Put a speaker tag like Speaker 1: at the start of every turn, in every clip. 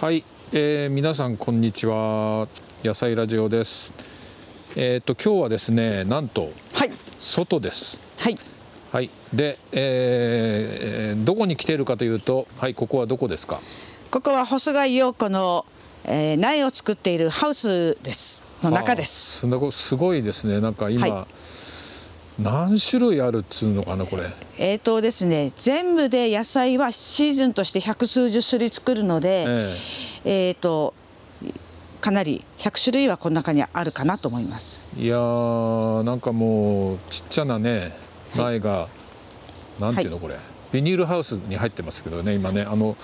Speaker 1: はい、えー、皆さんこんにちは野菜ラジオですえっ、ー、と今日はですねなんと、
Speaker 2: はい、
Speaker 1: 外です
Speaker 2: はい
Speaker 1: はいで、えー、どこに来ているかというとはいここはどこですか
Speaker 2: ここは細貝陽子の、えー、苗を作っているハウスですの中です
Speaker 1: あーごすごいですねなんか今、
Speaker 2: は
Speaker 1: 何種類あるっつうのかなこれ
Speaker 2: えーとですね全部で野菜はシーズンとして百数十種類作るので、
Speaker 1: え
Speaker 2: えーとかなり100種類はこの中にあるかなと思います
Speaker 1: いやーなんかもうちっちゃなね苗が、なんていうのこれ、ビニールハウスに入ってますけどね今ねあの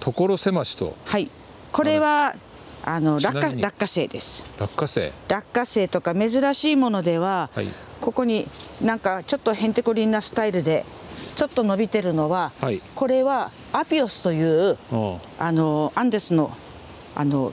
Speaker 1: 所狭しと
Speaker 2: はいこれはあの
Speaker 1: ちなみ
Speaker 2: 落
Speaker 1: に
Speaker 2: 花落花生です
Speaker 1: 落花生
Speaker 2: 落花生とか珍しいものでは、
Speaker 1: はい
Speaker 2: ここになんかちょっとへんてこりんなスタイルでちょっと伸びてるのは、
Speaker 1: はい
Speaker 2: これはアピオスという
Speaker 1: あ
Speaker 2: あのアンデスのあの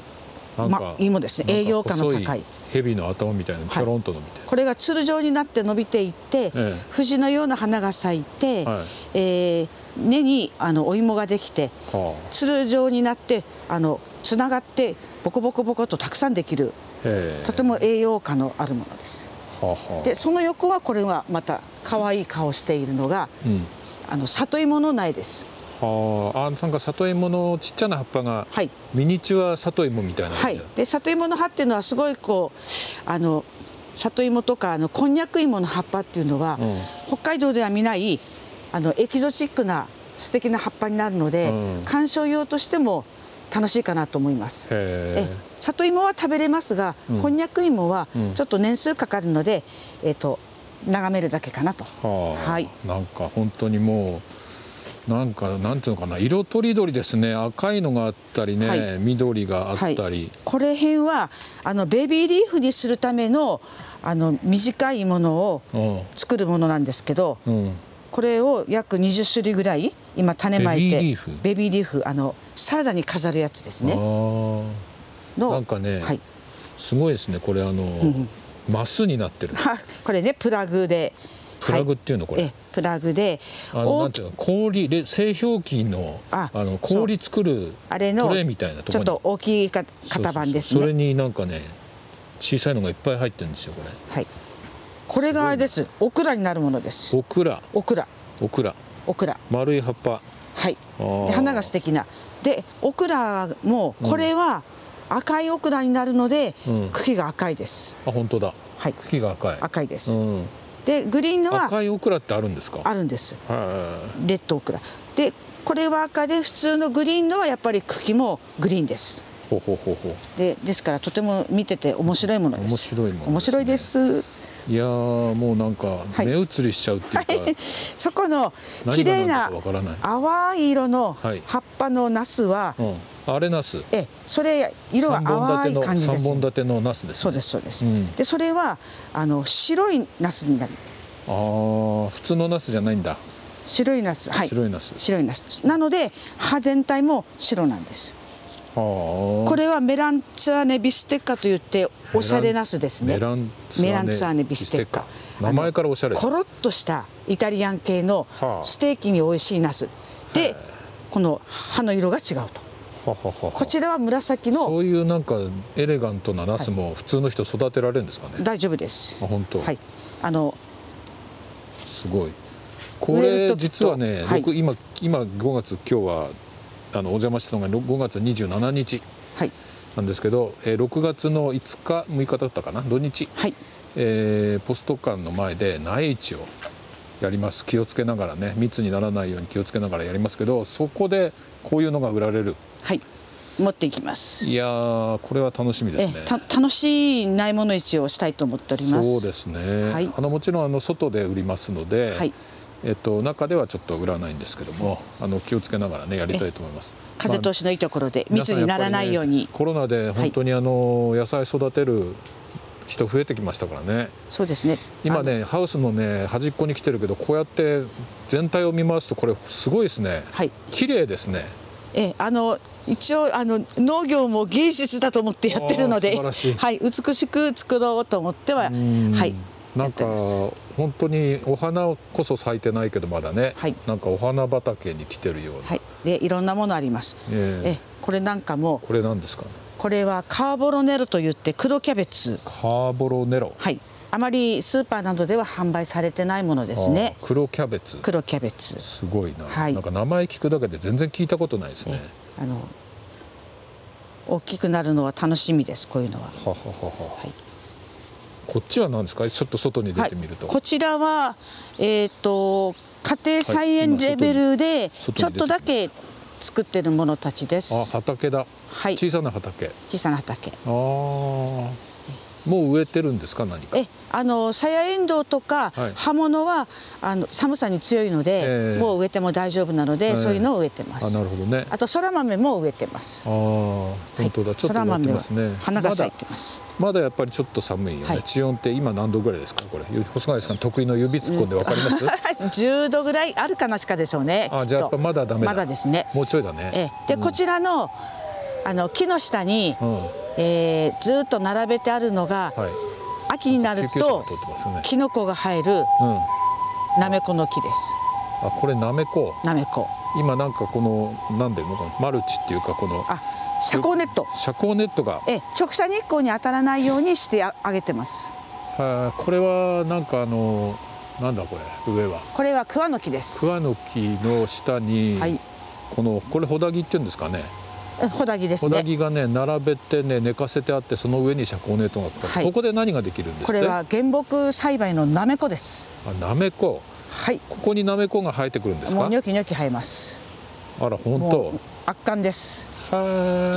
Speaker 1: あなんか、
Speaker 2: ま芋ですね栄養価の
Speaker 1: なんか
Speaker 2: 高
Speaker 1: 細
Speaker 2: い
Speaker 1: 蛇の頭みたいなちょろんとのみたいな、
Speaker 2: これがつる状になって伸びていって、
Speaker 1: え
Speaker 2: 藤のような花が咲いて、
Speaker 1: はい
Speaker 2: えー根にあのお芋ができて
Speaker 1: はあ
Speaker 2: つる状になってあのつながってボコボコボコとたくさんできる
Speaker 1: ええ
Speaker 2: とても栄養価のあるものです。
Speaker 1: はあはあ
Speaker 2: でその横はこれはまた可愛い顔しているのが、
Speaker 1: うん
Speaker 2: あの里芋の苗です。
Speaker 1: はああなんか里芋のちっちゃな葉っぱが、
Speaker 2: はい
Speaker 1: ミニチュア里芋みたいな
Speaker 2: は
Speaker 1: 感じ
Speaker 2: い
Speaker 1: だ、、
Speaker 2: で里芋の葉っていうのはすごいこうあの里芋とかあのこんにゃく芋の葉っぱっていうのは、
Speaker 1: うん
Speaker 2: 北海道では見ないあのエキゾチックな素敵な葉っぱになるので、
Speaker 1: うん
Speaker 2: 観賞用としても楽しいかなと思います。え
Speaker 1: へえ
Speaker 2: 里芋は食べれますが、
Speaker 1: うん
Speaker 2: こんにゃく芋は
Speaker 1: うん
Speaker 2: ちょっと年数かかるので、えっ、と眺めるだけかなと。
Speaker 1: はあ、
Speaker 2: はい
Speaker 1: なんか本当にもうなんかなんていうのかな色とりどりですね赤いのがあったりね、
Speaker 2: はい
Speaker 1: 緑があったり、
Speaker 2: これ辺はあのベビーリーフにするためのあの短いものを作るものなんですけど、
Speaker 1: うん、うん、
Speaker 2: これを約20種類ぐらい今種まい
Speaker 1: ベビ
Speaker 2: て
Speaker 1: ーリーフ
Speaker 2: ベビーリーフあのサラダに飾るやつですね
Speaker 1: ああ
Speaker 2: の
Speaker 1: なんかね、
Speaker 2: はい、
Speaker 1: すごいですねこれあの、マスになってる
Speaker 2: はこれねプラグで
Speaker 1: プラグっ
Speaker 2: は
Speaker 1: ていうのこ
Speaker 2: い
Speaker 1: れ、
Speaker 2: えプラグで
Speaker 1: あのな
Speaker 2: 大
Speaker 1: んて
Speaker 2: き
Speaker 1: いうの氷で製氷機のあ
Speaker 2: あ
Speaker 1: の
Speaker 2: そう
Speaker 1: 氷作る
Speaker 2: あれの
Speaker 1: トレーみたいなとこ
Speaker 2: ちょ
Speaker 1: ろ
Speaker 2: っ
Speaker 1: に
Speaker 2: と大きいか
Speaker 1: そうそう
Speaker 2: 型番です
Speaker 1: そうそれ
Speaker 2: ね
Speaker 1: になんかね小さいのがいっぱい入ってるんですよこれ
Speaker 2: はいこれがあれですオクラになるものです
Speaker 1: オクラ
Speaker 2: オクラ
Speaker 1: オクラ
Speaker 2: オクラ
Speaker 1: 丸い葉っぱ
Speaker 2: はい
Speaker 1: あー
Speaker 2: で花が素敵なでオクラもこれは赤いオクラになるので、
Speaker 1: うん
Speaker 2: 茎が赤いです
Speaker 1: あ本当だ
Speaker 2: はい
Speaker 1: 茎が赤い
Speaker 2: 赤いです、
Speaker 1: うん、
Speaker 2: でグリーンのは
Speaker 1: 赤いオクラってあるんですか
Speaker 2: あるんです
Speaker 1: は
Speaker 2: レッドオクラでこれは赤で普通のグリーンのはやっぱり茎もグリーンです
Speaker 1: いほうほうほうほう
Speaker 2: でですからとても見てて面白いものです
Speaker 1: 面白いものですね
Speaker 2: 面白いです
Speaker 1: いやーもうなんか
Speaker 2: はい
Speaker 1: 目移りしちゃうっていうか、
Speaker 2: そこの
Speaker 1: 何
Speaker 2: 綺
Speaker 1: が
Speaker 2: 麗
Speaker 1: 何だ
Speaker 2: な
Speaker 1: かわからない
Speaker 2: 淡い色の
Speaker 1: はい
Speaker 2: 葉っぱのナスは、
Speaker 1: うん、あれナス
Speaker 2: えそれ色は
Speaker 1: 三本
Speaker 2: 淡い
Speaker 1: 立て
Speaker 2: 感
Speaker 1: の
Speaker 2: じで
Speaker 1: 三
Speaker 2: す
Speaker 1: 本立てのナスです、ね、
Speaker 2: そうですそうです、
Speaker 1: うん
Speaker 2: でそれはあの白いナスになる
Speaker 1: あー普通のナスじゃないんだ
Speaker 2: 白いナスはい
Speaker 1: 白いナス
Speaker 2: 白いナスなので葉全体も白なんです
Speaker 1: こ
Speaker 2: これはメランツァーネビステッカと言っておしゃれナスですね
Speaker 1: メランツァーネ
Speaker 2: メランツァーネビステッカ
Speaker 1: ビステッカ名前からおしゃれだ
Speaker 2: コロッとしたイタリアン系の
Speaker 1: はあ
Speaker 2: ステーキに美味しいナスでこの葉の色が違うとこ
Speaker 1: こ
Speaker 2: ちらは紫
Speaker 1: そ
Speaker 2: の
Speaker 1: ういうなんかエレガントなナスも普通の人育てられるんですかね、
Speaker 2: 大丈夫です
Speaker 1: あ本当
Speaker 2: はいあの
Speaker 1: すごいこ
Speaker 2: 植える
Speaker 1: れ
Speaker 2: 時と
Speaker 1: 実はね、
Speaker 2: はい
Speaker 1: 僕今今5月今日はあのお邪魔したのが5月27日
Speaker 2: はい
Speaker 1: なんですけど、えー6月の5日6日だったかな土日、
Speaker 2: はい
Speaker 1: えーポスト館の前で苗市をやります気をつけながらね密にならないように気をつけながらやりますけどそこでこういうのが売られる
Speaker 2: はい持っていきます
Speaker 1: いやーこれは楽しみですね
Speaker 2: えた楽しいないもの市をしたいと思っております
Speaker 1: そうですね、
Speaker 2: はい
Speaker 1: あのもちろんあの外で売りますので、
Speaker 2: はい
Speaker 1: えっと、中ではちょっと売らないんですけどもあの気をつけながらねやりたいと思います
Speaker 2: 風通
Speaker 1: し
Speaker 2: しのいいところで密にならないように
Speaker 1: コロナで本当にあの、野菜育てる人増えてきましたからね
Speaker 2: そうですね
Speaker 1: 今ねハウスのね端っこに来てるけどこうやって全体を見回すとこれすごいですね、
Speaker 2: はい
Speaker 1: 綺麗ですね
Speaker 2: えあの一応あの農業も芸術だと思ってやってるの
Speaker 1: あー
Speaker 2: で、
Speaker 1: 素晴らしい
Speaker 2: はい、美しく作ろうと思っては、
Speaker 1: ん
Speaker 2: はい、
Speaker 1: なんか
Speaker 2: やってます
Speaker 1: 本当にお花こそ咲いてないけどまだね、
Speaker 2: はい
Speaker 1: なんかお花畑に来てるような、
Speaker 2: はい、でいろんなものあります。
Speaker 1: ええ
Speaker 2: えこれなんかも
Speaker 1: これなんですかね
Speaker 2: これはカーボロネロといって黒キャベツ、
Speaker 1: カーボロネロ
Speaker 2: はい、あまりスーパーなどでは販売されてないものですね
Speaker 1: あー黒キャベツ
Speaker 2: 黒キャベツ
Speaker 1: すごいな、
Speaker 2: はい
Speaker 1: なんか名前聞くだけで全然聞いたことないですね
Speaker 2: えあの大きくなるのは楽しみですこういうのは。
Speaker 1: はははは、
Speaker 2: はい
Speaker 1: こっちは何ですかちょっと外に出
Speaker 2: はい
Speaker 1: てみると、
Speaker 2: こちらは、えー、と家庭菜
Speaker 1: は
Speaker 2: 園
Speaker 1: い今
Speaker 2: レベルで
Speaker 1: 外に
Speaker 2: ちょっとだけ作ってるものたちで
Speaker 1: あ
Speaker 2: す。
Speaker 1: 畑だ
Speaker 2: はい、
Speaker 1: 小さな畑あ
Speaker 2: 小さな畑。
Speaker 1: あもう植えてるんですか何か
Speaker 2: えあのさやえんどうとか
Speaker 1: はい
Speaker 2: 葉物はあの寒さに強いの
Speaker 1: え
Speaker 2: で、
Speaker 1: え
Speaker 2: もう植えても大丈夫なの
Speaker 1: ええ
Speaker 2: で、そういうのを植えてま
Speaker 1: あな
Speaker 2: す
Speaker 1: る。ほどねあ
Speaker 2: あとそら豆も植えてます。
Speaker 1: あー本当だ、
Speaker 2: はい
Speaker 1: ちょっと植えてます
Speaker 2: そら豆
Speaker 1: ね
Speaker 2: は花
Speaker 1: ま
Speaker 2: が
Speaker 1: だ
Speaker 2: 咲いてます。
Speaker 1: まだやっぱりちょっと寒いよね、
Speaker 2: はい
Speaker 1: 地温って今何度ぐらいですかこれ細貝さん得意の指突っ込んでわかります、
Speaker 2: 10度ぐらいあるかなしかでしょうね。
Speaker 1: あ
Speaker 2: きっと
Speaker 1: じゃあやっぱまだダメだ
Speaker 2: まだですね。
Speaker 1: もうちょいだね
Speaker 2: ええでこちらのあの木の下に、
Speaker 1: うんは
Speaker 2: えーずーっと並べてあるのが、
Speaker 1: い
Speaker 2: 秋になる
Speaker 1: 救急車が
Speaker 2: と
Speaker 1: 通ってますよね
Speaker 2: キノコが生える
Speaker 1: うん
Speaker 2: なめこの木です。
Speaker 1: あこれなめこ
Speaker 2: なめこ。
Speaker 1: 今なんかこのなんでいうのかなマルチっていうかこの
Speaker 2: あ、遮光ネット。
Speaker 1: 遮光ネットが
Speaker 2: ええ直射日光に当たらないようにしてああげてます。
Speaker 1: はあこれはなんかあのなんだこれ上は
Speaker 2: これは桑の木です。
Speaker 1: 桑の木の下に、
Speaker 2: はい
Speaker 1: このこれホダギっていうんですかね
Speaker 2: えホダギです
Speaker 1: ホダ
Speaker 2: ね。
Speaker 1: ギがね並べてね寝かせてあってその上に遮光ネットがかかって、
Speaker 2: はい
Speaker 1: ここで何ができるんですって
Speaker 2: これは原木栽培のなめこです。
Speaker 1: あなめこ
Speaker 2: はい。
Speaker 1: ここになめこが生えてくるんです
Speaker 2: も
Speaker 1: か
Speaker 2: うニョキニョキ生えます。
Speaker 1: あら本
Speaker 2: もう
Speaker 1: 当
Speaker 2: 圧巻です。
Speaker 1: はあ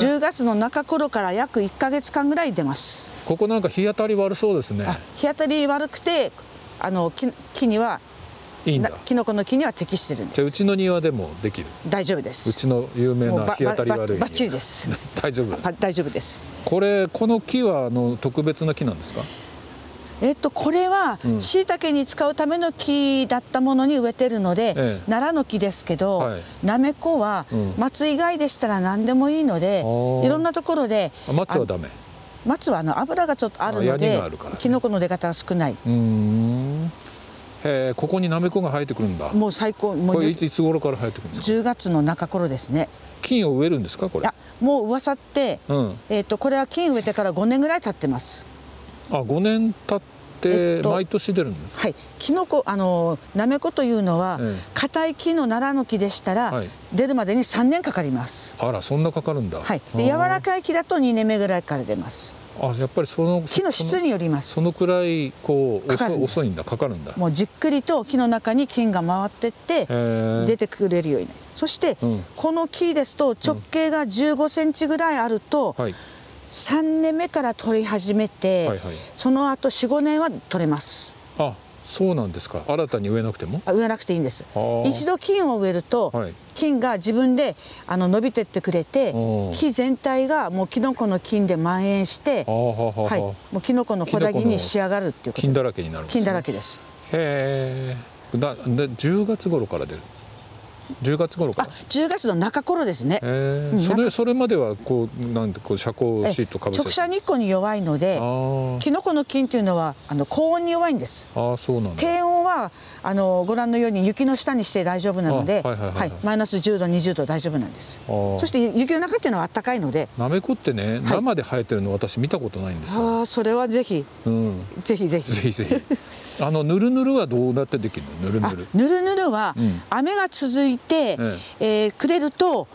Speaker 2: 10月の中頃から約1ヶ月間ぐらい出ます。
Speaker 1: ここなんか日当たり悪そうですね
Speaker 2: あ日当たり悪くて、あの木木にはい
Speaker 1: いん
Speaker 2: な
Speaker 1: だ
Speaker 2: キノコの木には適してるん
Speaker 1: じゃあ
Speaker 2: で
Speaker 1: う
Speaker 2: す。
Speaker 1: ちの庭でもできる
Speaker 2: 大丈夫です。
Speaker 1: うちの有名
Speaker 2: もう
Speaker 1: な
Speaker 2: ば
Speaker 1: 日当たり悪い家
Speaker 2: ばばっちりです
Speaker 1: 大丈夫
Speaker 2: あ大丈夫です。
Speaker 1: これこの木はあの特別な木なんですか
Speaker 2: えっとこれは
Speaker 1: うん
Speaker 2: 椎茸に使うための木だったものに植えてるので、
Speaker 1: ええ
Speaker 2: 奈良の木ですけど、
Speaker 1: はい
Speaker 2: なめこは
Speaker 1: うん
Speaker 2: 松以外でしたら何でもいいので、
Speaker 1: ー
Speaker 2: いろんなところで
Speaker 1: あ松はダメ
Speaker 2: 松はあの油がちょっとあるの
Speaker 1: あヤニ
Speaker 2: で
Speaker 1: があるからね
Speaker 2: キノコの出方が少ないう
Speaker 1: ーんへえここにナメコが生えてくるんだ
Speaker 2: もう最高も
Speaker 1: こ
Speaker 2: う
Speaker 1: れいついつ頃から生えてくるんですか
Speaker 2: 10月の中頃ですね
Speaker 1: 菌を植えるんですかこ
Speaker 2: い
Speaker 1: れ
Speaker 2: やもう噂って、
Speaker 1: うん
Speaker 2: えっとこれは菌植えてから5年ぐらい経ってます
Speaker 1: あ五年経って
Speaker 2: えっと
Speaker 1: 毎年出るんです
Speaker 2: はい、キノコあのなめこというのは
Speaker 1: ええ
Speaker 2: 硬、い木の奈良の木でしたら、
Speaker 1: はい
Speaker 2: 出るまでに3年かかります。
Speaker 1: あらそんなかかるんだ
Speaker 2: はい、
Speaker 1: あー
Speaker 2: で柔らかい木だと2年目ぐらいから出ます。
Speaker 1: あやっぱりその
Speaker 2: 木の質によりま
Speaker 1: そ
Speaker 2: す。
Speaker 1: のそのくらいこう
Speaker 2: か
Speaker 1: 遅
Speaker 2: かる
Speaker 1: い
Speaker 2: んです
Speaker 1: 遅いんだかかるんだへ
Speaker 2: もうじっくりと木の中に菌が回ってって
Speaker 1: え
Speaker 2: 出てくれるようになる。そして、
Speaker 1: うん
Speaker 2: この木ですと直径が15センチぐらいあると、
Speaker 1: はい
Speaker 2: 3年目から取り始めて、
Speaker 1: はいはい
Speaker 2: その後4,5年は取れます。
Speaker 1: あそうなんですか新たに植えなくても
Speaker 2: あ植えなくていいんです
Speaker 1: あー
Speaker 2: 一度菌を植えると、
Speaker 1: はい
Speaker 2: 菌が自分であの伸びてってくれて
Speaker 1: おー
Speaker 2: 木全体がもうキノコの菌で蔓延して
Speaker 1: あーははは
Speaker 2: はい、もうキノコの
Speaker 1: キノ
Speaker 2: ほ
Speaker 1: コの
Speaker 2: だぎに仕上がるっていうことです
Speaker 1: 菌だらけになるんですね
Speaker 2: 菌だらけです
Speaker 1: へえ。だで10月頃から出る。10月頃か
Speaker 2: あ
Speaker 1: ら。
Speaker 2: 10月の中頃ですね
Speaker 1: へえ。
Speaker 2: うん
Speaker 1: それ
Speaker 2: 中
Speaker 1: それまではこうなんてこう遮光
Speaker 2: え
Speaker 1: シートかぶせて。
Speaker 2: 直射日光に弱いので
Speaker 1: あー
Speaker 2: キノコの菌というのはあの高温に弱いんです
Speaker 1: あーそうなんだ。
Speaker 2: 低温はあのご覧のように雪の下にして大丈夫なので
Speaker 1: あはいはいはいはい
Speaker 2: はいマイナス10度20度大丈夫なんです
Speaker 1: あー
Speaker 2: そして雪の中っていうのは暖かいので
Speaker 1: なめこってね生で生えてるの私見たことないんですよ。
Speaker 2: ああそれはぜひ
Speaker 1: うん。
Speaker 2: ぜひぜひ
Speaker 1: ぜひぜ ひ。あのぬるぬるはどうなってできるの？ぬる
Speaker 2: あ
Speaker 1: ぬる。
Speaker 2: ぬるぬるは
Speaker 1: うん
Speaker 2: 雨が続いて、
Speaker 1: え
Speaker 2: えーくれると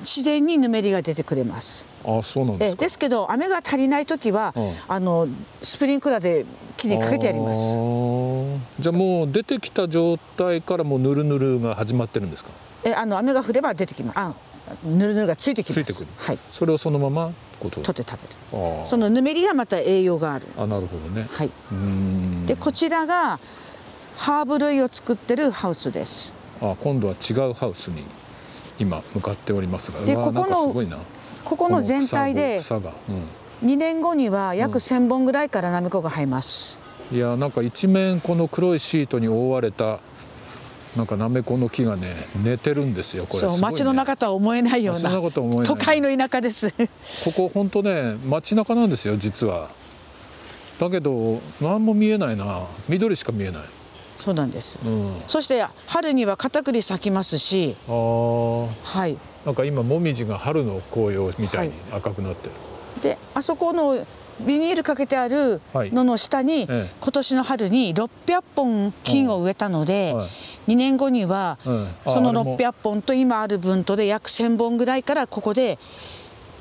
Speaker 2: 自然にぬめりが出てくれます。
Speaker 1: あそうなん
Speaker 2: え
Speaker 1: です
Speaker 2: ー
Speaker 1: か
Speaker 2: で。すけど雨が足りない時は、
Speaker 1: うん
Speaker 2: あのスプリンクラーで木にかけてやりま
Speaker 1: あ
Speaker 2: す。
Speaker 1: ー。じゃあもう出てきた状態からもうぬるぬるが始まってるんですか？
Speaker 2: えーあの雨が降れば出てきます。あぬるぬるがついてきま
Speaker 1: つい
Speaker 2: す。
Speaker 1: てくる
Speaker 2: はい。
Speaker 1: それをそのままこと。
Speaker 2: 取って食べる。
Speaker 1: あー
Speaker 2: そのぬめりがまた栄養がある。
Speaker 1: あなるほどね。
Speaker 2: はい。
Speaker 1: うーん
Speaker 2: でこちらがハーブ類を作ってるハウスです。
Speaker 1: あ今度は違うハウスに今向かっておりますが
Speaker 2: で
Speaker 1: うわ
Speaker 2: ここの
Speaker 1: なんかすごいな
Speaker 2: ここの全体で
Speaker 1: 草が草が
Speaker 2: 2年後には約1,000本ぐらいからナメコが生えます。
Speaker 1: うん、いやなんか一面この黒いシートに覆われたなんかなめこの木がね寝てるんですよこれ
Speaker 2: そう、
Speaker 1: すごいね
Speaker 2: 街の中とは思えないよう
Speaker 1: 街の
Speaker 2: な
Speaker 1: 中とは思えない
Speaker 2: 都会の田舎です
Speaker 1: ここ本当ね街中なんですよ実はだけど何も見えないな緑しか見えない、
Speaker 2: そうなんです。
Speaker 1: うん、あ
Speaker 2: そして春には片栗咲きますし、
Speaker 1: ー
Speaker 2: はい。
Speaker 1: なんか今もみじが春の紅葉みたいに赤くなってる、
Speaker 2: で、あそこのビニールかけてある
Speaker 1: はい
Speaker 2: のの下に、
Speaker 1: ええ
Speaker 2: 今年の春に600本菌を植えたので、
Speaker 1: はい
Speaker 2: 2年後には、
Speaker 1: うんあ
Speaker 2: その
Speaker 1: あれも
Speaker 2: 600本と今ある分とで約1,000本ぐらいからここで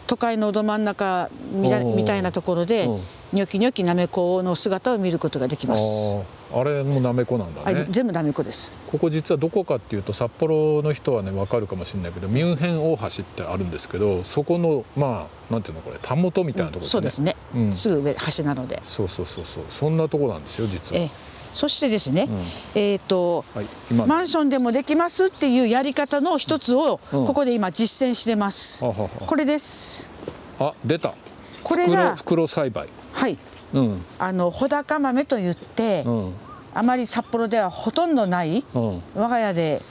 Speaker 2: 都会のど真ん中みた
Speaker 1: おー
Speaker 2: みたいなところで
Speaker 1: うん
Speaker 2: ニョキニョキなめこの姿を見ることができます。
Speaker 1: あーあれもなめこなんだ
Speaker 2: は
Speaker 1: ね、
Speaker 2: い、全部なめこです。
Speaker 1: ここ実はどこかっていうと札幌の人はねわかるかもしれないけどミュンヘン大橋ってあるんですけどそこのまあなんていうのこれ田元みたいなところ
Speaker 2: そうですね。
Speaker 1: うん
Speaker 2: すぐ上端なので。
Speaker 1: そうそうそうそうそんなとこなんですよ実は、
Speaker 2: ええそしてですね、
Speaker 1: ん
Speaker 2: えっ、と、
Speaker 1: はい今の
Speaker 2: マンションでもできますっていうやり方の一つを
Speaker 1: うん
Speaker 2: ここで今実践してます。
Speaker 1: あはは
Speaker 2: これです。
Speaker 1: あ出た
Speaker 2: これが
Speaker 1: 袋袋栽培
Speaker 2: はい、
Speaker 1: うん
Speaker 2: あの穂高豆と言って、
Speaker 1: うん
Speaker 2: あまり札幌ではほとんどない
Speaker 1: うん
Speaker 2: 我が家で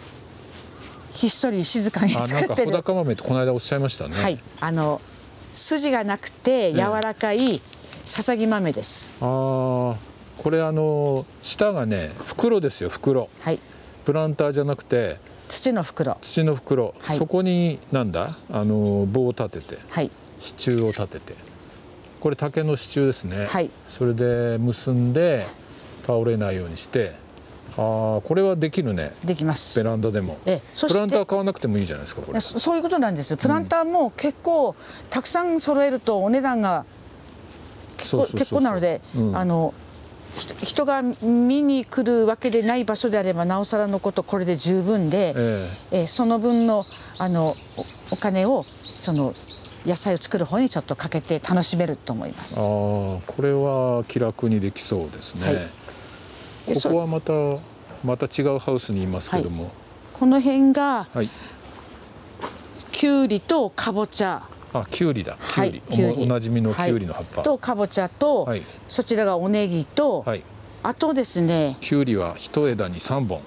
Speaker 2: ひっそり静かに
Speaker 1: あなん
Speaker 2: 作
Speaker 1: か
Speaker 2: って
Speaker 1: 穂
Speaker 2: る。
Speaker 1: 高豆ってこの間おっしゃいましたね、
Speaker 2: はい、あの筋がなくて柔らかいささぎ豆です。
Speaker 1: ああこれあの下がね袋ですよ袋
Speaker 2: はい、
Speaker 1: プランターじゃなくて
Speaker 2: 土の袋。
Speaker 1: 土の袋、
Speaker 2: はい
Speaker 1: そこになんだあの棒を立てて
Speaker 2: はい、
Speaker 1: 支柱を立ててこれ竹の支柱ですね、
Speaker 2: はい
Speaker 1: それで結んで倒れないようにしてああこれはできるね
Speaker 2: できま
Speaker 1: ベ
Speaker 2: す。
Speaker 1: ランダでも
Speaker 2: ええそして
Speaker 1: プランター買わなくてもいいじゃないですかこ
Speaker 2: いや
Speaker 1: れ
Speaker 2: そそういうことなんですプランターも結構たくさん揃えるとお値段が結
Speaker 1: そ
Speaker 2: 構
Speaker 1: うそうそうそう
Speaker 2: 結構なので、
Speaker 1: うん
Speaker 2: あのひと人が見に来るわけでない場所であればなおさらのことこれで十分で、
Speaker 1: え
Speaker 2: えーその分のあのおお金をその野菜を作る方にちょっとかけて楽しめると思いま
Speaker 1: えああ
Speaker 2: す。
Speaker 1: これは気楽にできそうですね、
Speaker 2: はいで
Speaker 1: こ
Speaker 2: そ
Speaker 1: こはまたまた違うハウスにいますけども
Speaker 2: この辺が
Speaker 1: はい、
Speaker 2: きゅうりとかぼちゃ
Speaker 1: あきゅうりだきゅ
Speaker 2: は
Speaker 1: う
Speaker 2: い
Speaker 1: り、
Speaker 2: きゅう
Speaker 1: お
Speaker 2: り
Speaker 1: おなじみのきゅうりの葉っぱ、
Speaker 2: とかぼちゃと、
Speaker 1: はい
Speaker 2: そちらがおネギと、
Speaker 1: はい、
Speaker 2: あとですね
Speaker 1: きゅうりは一枝に三本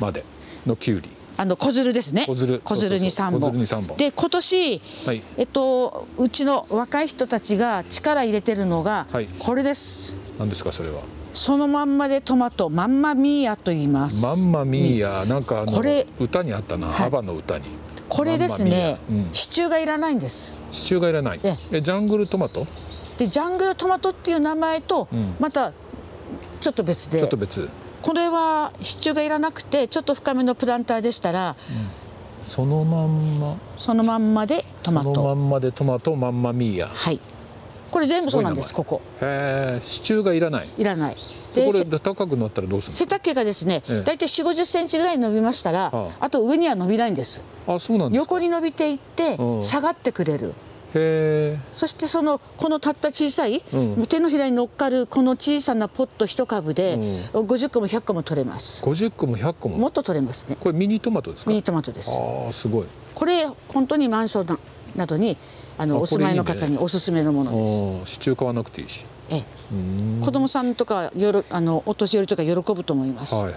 Speaker 1: までのきゅうり
Speaker 2: あの小鶴ですね。
Speaker 1: 小鶴
Speaker 2: に
Speaker 1: そう
Speaker 2: 三
Speaker 1: そうそう
Speaker 2: 本。
Speaker 1: 小鶴に三本
Speaker 2: で今年、
Speaker 1: はい
Speaker 2: えっとうちの若い人たちが力入れてるのが、
Speaker 1: はい
Speaker 2: これです。
Speaker 1: 何ですかそれは
Speaker 2: そのまんまでトマトマンマミーヤと言います。
Speaker 1: マンマミーヤなんかあの
Speaker 2: これ
Speaker 1: 歌にあったな、
Speaker 2: はい
Speaker 1: アバの歌に
Speaker 2: これですね、
Speaker 1: マンマミーヤうん
Speaker 2: 支柱がいらないんです。
Speaker 1: 支柱がいらない
Speaker 2: え
Speaker 1: えジャングルトマト
Speaker 2: でジャングルトマトっていう名前と、
Speaker 1: うん
Speaker 2: またちょっと別
Speaker 1: ちょ
Speaker 2: で
Speaker 1: っと別
Speaker 2: これは支柱がいらなくてちょっと深めのプランターでしたら
Speaker 1: そのまんま
Speaker 2: そのまんまでトマ
Speaker 1: そのま
Speaker 2: ト
Speaker 1: んまでトマトマンマミーヤ
Speaker 2: はいこれ全部そうなんですす
Speaker 1: ご
Speaker 2: ここ
Speaker 1: へえ支柱がいらない
Speaker 2: いらない
Speaker 1: でこ
Speaker 2: せ
Speaker 1: れ高くなったらどうす
Speaker 2: 背
Speaker 1: る
Speaker 2: 丈がですね、
Speaker 1: ええ
Speaker 2: 大体4 5 0センチぐらい伸びましたら、
Speaker 1: あ
Speaker 2: あと上には伸びないんです
Speaker 1: のあそうなんですか
Speaker 2: 横に伸びていって
Speaker 1: うん
Speaker 2: 下がってくれる、
Speaker 1: へ
Speaker 2: そしてそのこのたった小さい、
Speaker 1: うん
Speaker 2: 手のひらに乗っかるこの小さなポット一株で、
Speaker 1: うん
Speaker 2: 50個も100個も取れます
Speaker 1: え50個も100個も
Speaker 2: もっと取れますね
Speaker 1: これミニトマトですか
Speaker 2: ミニトマトです
Speaker 1: ああすごい
Speaker 2: これ本当にマンションななどにあ
Speaker 1: あ
Speaker 2: の
Speaker 1: これ
Speaker 2: お住まいの方
Speaker 1: いい
Speaker 2: におすすめのも
Speaker 1: あ
Speaker 2: のです
Speaker 1: ー支柱買わなくていいし
Speaker 2: え
Speaker 1: うーん
Speaker 2: え、
Speaker 1: は
Speaker 2: 子供さんとかよろあのお年寄りとか喜ぶと思います、
Speaker 1: いはいはい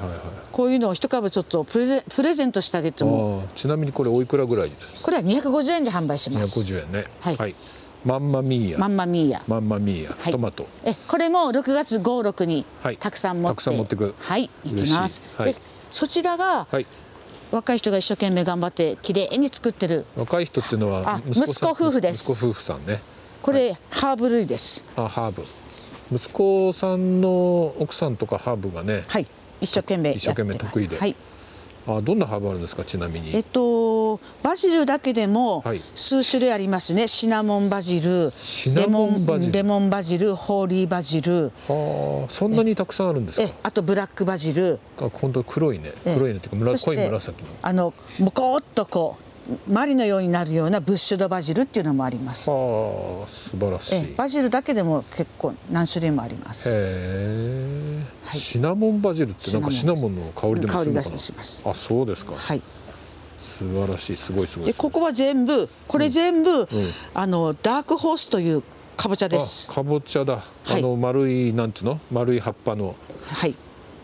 Speaker 2: こういうのを一株ちょっとプレゼンプレゼントしてあげて
Speaker 1: あ
Speaker 2: も
Speaker 1: ーちなみにこれおいくらぐらいで
Speaker 2: これは250円で販売します。
Speaker 1: 250円ね
Speaker 2: はい
Speaker 1: マンマミーヤ
Speaker 2: マンマミーヤ。
Speaker 1: マンマミーヤ、
Speaker 2: はい
Speaker 1: トマト
Speaker 2: え、これも6月5、6に
Speaker 1: はい
Speaker 2: たくさん持って、
Speaker 1: たくさん持ってく
Speaker 2: はい、行きま
Speaker 1: 嬉し。
Speaker 2: す
Speaker 1: いはい
Speaker 2: で、そちらが
Speaker 1: はい
Speaker 2: 若い人が一生懸命頑張って綺麗に作ってる。
Speaker 1: 若い人っていうのは
Speaker 2: あ
Speaker 1: さん
Speaker 2: 息子夫婦です
Speaker 1: 息子夫婦さんね
Speaker 2: これ、ハーブ類です。
Speaker 1: あハーブ息子さんの奥さんとかハーブがね
Speaker 2: はい、一生懸命やって
Speaker 1: 一生懸命得意で
Speaker 2: はい。
Speaker 1: あどんなハーブあるんですかちなみ
Speaker 2: えっ
Speaker 1: に
Speaker 2: とバジルだけでも
Speaker 1: はい
Speaker 2: 数種類ありますね。シナモンバジル、
Speaker 1: シナモンバジル
Speaker 2: レモンレモンバジル、ホーリーバジル、
Speaker 1: はあそんなにたくさんあるんです
Speaker 2: え
Speaker 1: か、
Speaker 2: あとブラックバジル。
Speaker 1: あ今度黒いね
Speaker 2: ええ
Speaker 1: 黒いのっていうかむら
Speaker 2: そして
Speaker 1: 濃い紫の
Speaker 2: あのボコッとこうマリのようになるようなブッシュドバジルっていうのもあります。
Speaker 1: はあ素晴らしい
Speaker 2: ええバジルだけでも結構何種類もあります。
Speaker 1: へえ、
Speaker 2: はい
Speaker 1: シナモンバジルってなんかシ
Speaker 2: シ
Speaker 1: ナ
Speaker 2: ナ
Speaker 1: モ
Speaker 2: モ
Speaker 1: ンの香りでもするのか
Speaker 2: 香り
Speaker 1: な
Speaker 2: がします
Speaker 1: あそうですか、
Speaker 2: はい。
Speaker 1: 素晴らしいすごいすごい
Speaker 2: でここは全部これ全部、
Speaker 1: ん
Speaker 2: あのダークホースというかぼちゃで。
Speaker 1: ですあかぼちゃだ、
Speaker 2: はい
Speaker 1: あの丸いなんていうの丸い葉っぱの
Speaker 2: はい。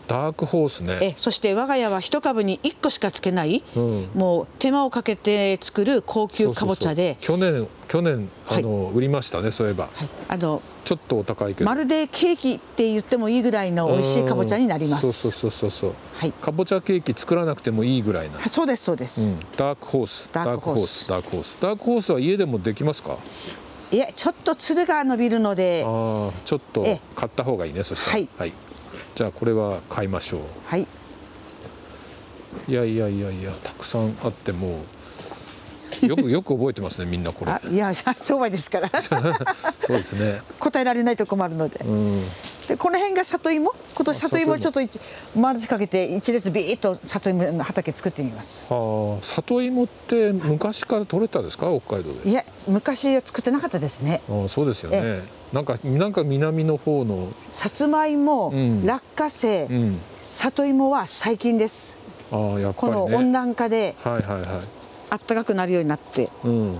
Speaker 1: ダークホースね
Speaker 2: えそして我が家は一株に一個しかつけない、
Speaker 1: うん
Speaker 2: もう手間をかけて作る高級かぼちゃで
Speaker 1: そうそうそう去年去年
Speaker 2: はい
Speaker 1: あの、売りましたねそういえば
Speaker 2: はい、あの
Speaker 1: ちょっとお高いけど
Speaker 2: まるでケーキって言ってもいいぐらいの美味しいかぼちゃになりま
Speaker 1: う
Speaker 2: す。
Speaker 1: んそうそうそうそうそう
Speaker 2: はい、
Speaker 1: かぼちゃケーキ作らなくてもいいぐらいな、
Speaker 2: あそうですそうです。
Speaker 1: うんダークホース
Speaker 2: ダークホース
Speaker 1: ダークホースダークホースダークホースは家でもできますか
Speaker 2: いやちょっとつるが伸びるので、
Speaker 1: ああちょっと
Speaker 2: ええ
Speaker 1: 買った方がいいねそしたら
Speaker 2: はい
Speaker 1: じゃあこれは買いましょ
Speaker 2: はい、
Speaker 1: ういやいやいやいやたくさんあってもうよくよく覚えてますねみんなこれ
Speaker 2: あいや 商売ですから
Speaker 1: そうですね
Speaker 2: 答えられないと困るので、
Speaker 1: うん
Speaker 2: でこの辺が里芋、今年里
Speaker 1: あ里芋
Speaker 2: 芋ちょっと一マルチかけて一列ビーっと里芋の畑作ってみます。
Speaker 1: はあ里芋って昔から取れたですか北海道で
Speaker 2: いや昔は作ってなかったですね。
Speaker 1: ああそうですよね
Speaker 2: え
Speaker 1: なんかなんか南の方の
Speaker 2: さつまいも、
Speaker 1: うん
Speaker 2: 落花生、
Speaker 1: うん
Speaker 2: 里芋は最近です。
Speaker 1: ああやっぱ
Speaker 2: こ
Speaker 1: り
Speaker 2: の温
Speaker 1: ね
Speaker 2: 暖化で
Speaker 1: はいはいは
Speaker 2: 暖かくなるようになって、
Speaker 1: いうん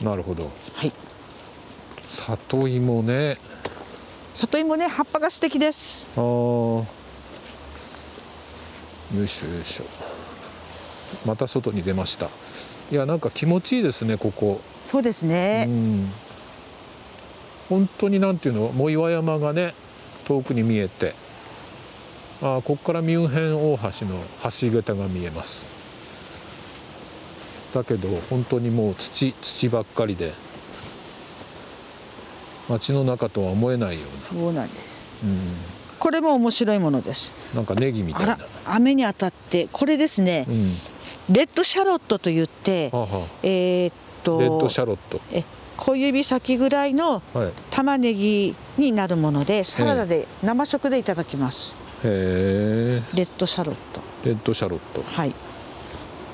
Speaker 1: なるほど
Speaker 2: はい。
Speaker 1: 里芋ね
Speaker 2: 里芋ね葉っぱが素敵です
Speaker 1: あーよいしょよいしょまた外に出ましたいやなんか気持ちいいですねここ
Speaker 2: そうです
Speaker 1: う
Speaker 2: ね、
Speaker 1: ん本当になんていうの藻岩山がね遠くに見えてあーここからミュンヘン大橋の橋桁が見えますだけど本当にもう土土ばっかりで街の中とは思えないよ
Speaker 2: そうなんです
Speaker 1: うな、うん、
Speaker 2: これも面白いものです
Speaker 1: なんかネギみた
Speaker 2: あ
Speaker 1: いな
Speaker 2: ら雨に当たってこれですね、
Speaker 1: うん
Speaker 2: レッドシャロットと言って
Speaker 1: はあは
Speaker 2: えーっ
Speaker 1: あ、
Speaker 2: と
Speaker 1: レッドシャロット。
Speaker 2: え小指先ぐらいの
Speaker 1: はい。へ
Speaker 2: 玉ねぎになるものでサラダで生食でいただきます
Speaker 1: え。
Speaker 2: レッドシャロット
Speaker 1: レッドシャロット。
Speaker 2: はい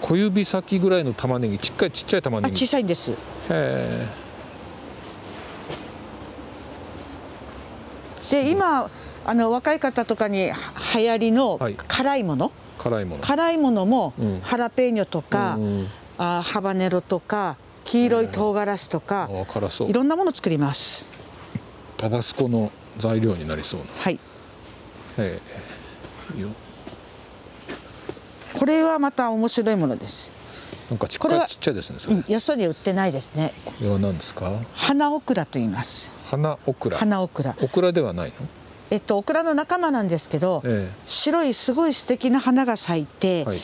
Speaker 1: 小指先ぐらいの玉ねぎ、ちっかいちっちゃい玉
Speaker 2: あ
Speaker 1: ねぎ。
Speaker 2: 小
Speaker 1: へ
Speaker 2: さいんです
Speaker 1: え。
Speaker 2: で今あの若い方とかには流行りの
Speaker 1: はい
Speaker 2: 辛いもの、
Speaker 1: 辛いもの。
Speaker 2: 辛いものも
Speaker 1: うん
Speaker 2: ハラペーニョとか、
Speaker 1: うんうん
Speaker 2: あーハバネロとか黄色い唐辛子とか、
Speaker 1: ああ、辛そう
Speaker 2: い。ろんなもの作ります。
Speaker 1: タバスコの材料になりそうな。
Speaker 2: はい。
Speaker 1: へえ。いいよ
Speaker 2: これはまた面白いものです。
Speaker 1: なんかちっ
Speaker 2: これ
Speaker 1: かい
Speaker 2: は
Speaker 1: ちっちゃいですね。それ。
Speaker 2: うん、よそに売ってないですね。
Speaker 1: これは何ですか。
Speaker 2: 花オクラと言います。
Speaker 1: 花オクラ。
Speaker 2: 花オクラ。
Speaker 1: オクラではないの。
Speaker 2: えっとオクラの仲間なんですけど、
Speaker 1: え
Speaker 2: 白いすごい素敵な花が咲いて、
Speaker 1: え。はい。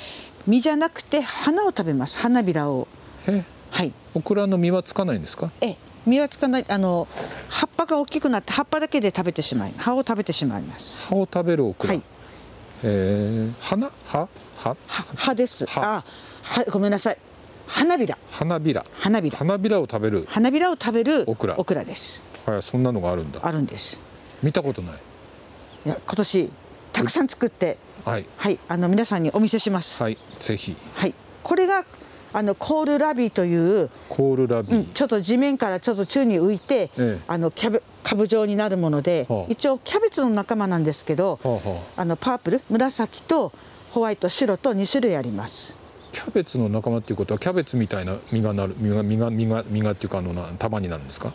Speaker 2: 実じゃなくて花を食べます。花びらを。
Speaker 1: え。
Speaker 2: はい。
Speaker 1: オクラの実はつかないんですか。
Speaker 2: ええ、実はつかないあの葉っぱが大きくなって葉っぱだけで食べてしまい、葉を食べてしまいます。
Speaker 1: 葉を食べるオクラ。
Speaker 2: は
Speaker 1: へ
Speaker 2: い。
Speaker 1: え。花。葉。葉。
Speaker 2: は葉です。
Speaker 1: 葉
Speaker 2: あ、はごめんなさい。花びら、
Speaker 1: 花びら。
Speaker 2: 花びら、
Speaker 1: 花びらを食べる。
Speaker 2: 花びらを食べる
Speaker 1: オクラ
Speaker 2: です。
Speaker 1: はい、そんなのがあるんだ。
Speaker 2: あるんです。
Speaker 1: 見たことない。
Speaker 2: いや今年たくさん作って、
Speaker 1: はい。
Speaker 2: はい、あの皆さんにお見せします。はい、
Speaker 1: はい、ぜひ。
Speaker 2: これがあのコールラビーという、
Speaker 1: コールラビ
Speaker 2: うん
Speaker 1: ー。
Speaker 2: ちょっと地面からちょっと宙に浮い
Speaker 1: え
Speaker 2: て、
Speaker 1: え
Speaker 2: あのキャベ株状になるもので、
Speaker 1: はあ
Speaker 2: 一応キャベツの仲間なんですけど、
Speaker 1: はあは
Speaker 2: あのパープル紫とホワイト白と2種類あります。
Speaker 1: あ。キャベツの仲間っていうことは、キャベツみたいな実がなる、実が、実が、実が、実がっていうか、あの、な束になるんですか。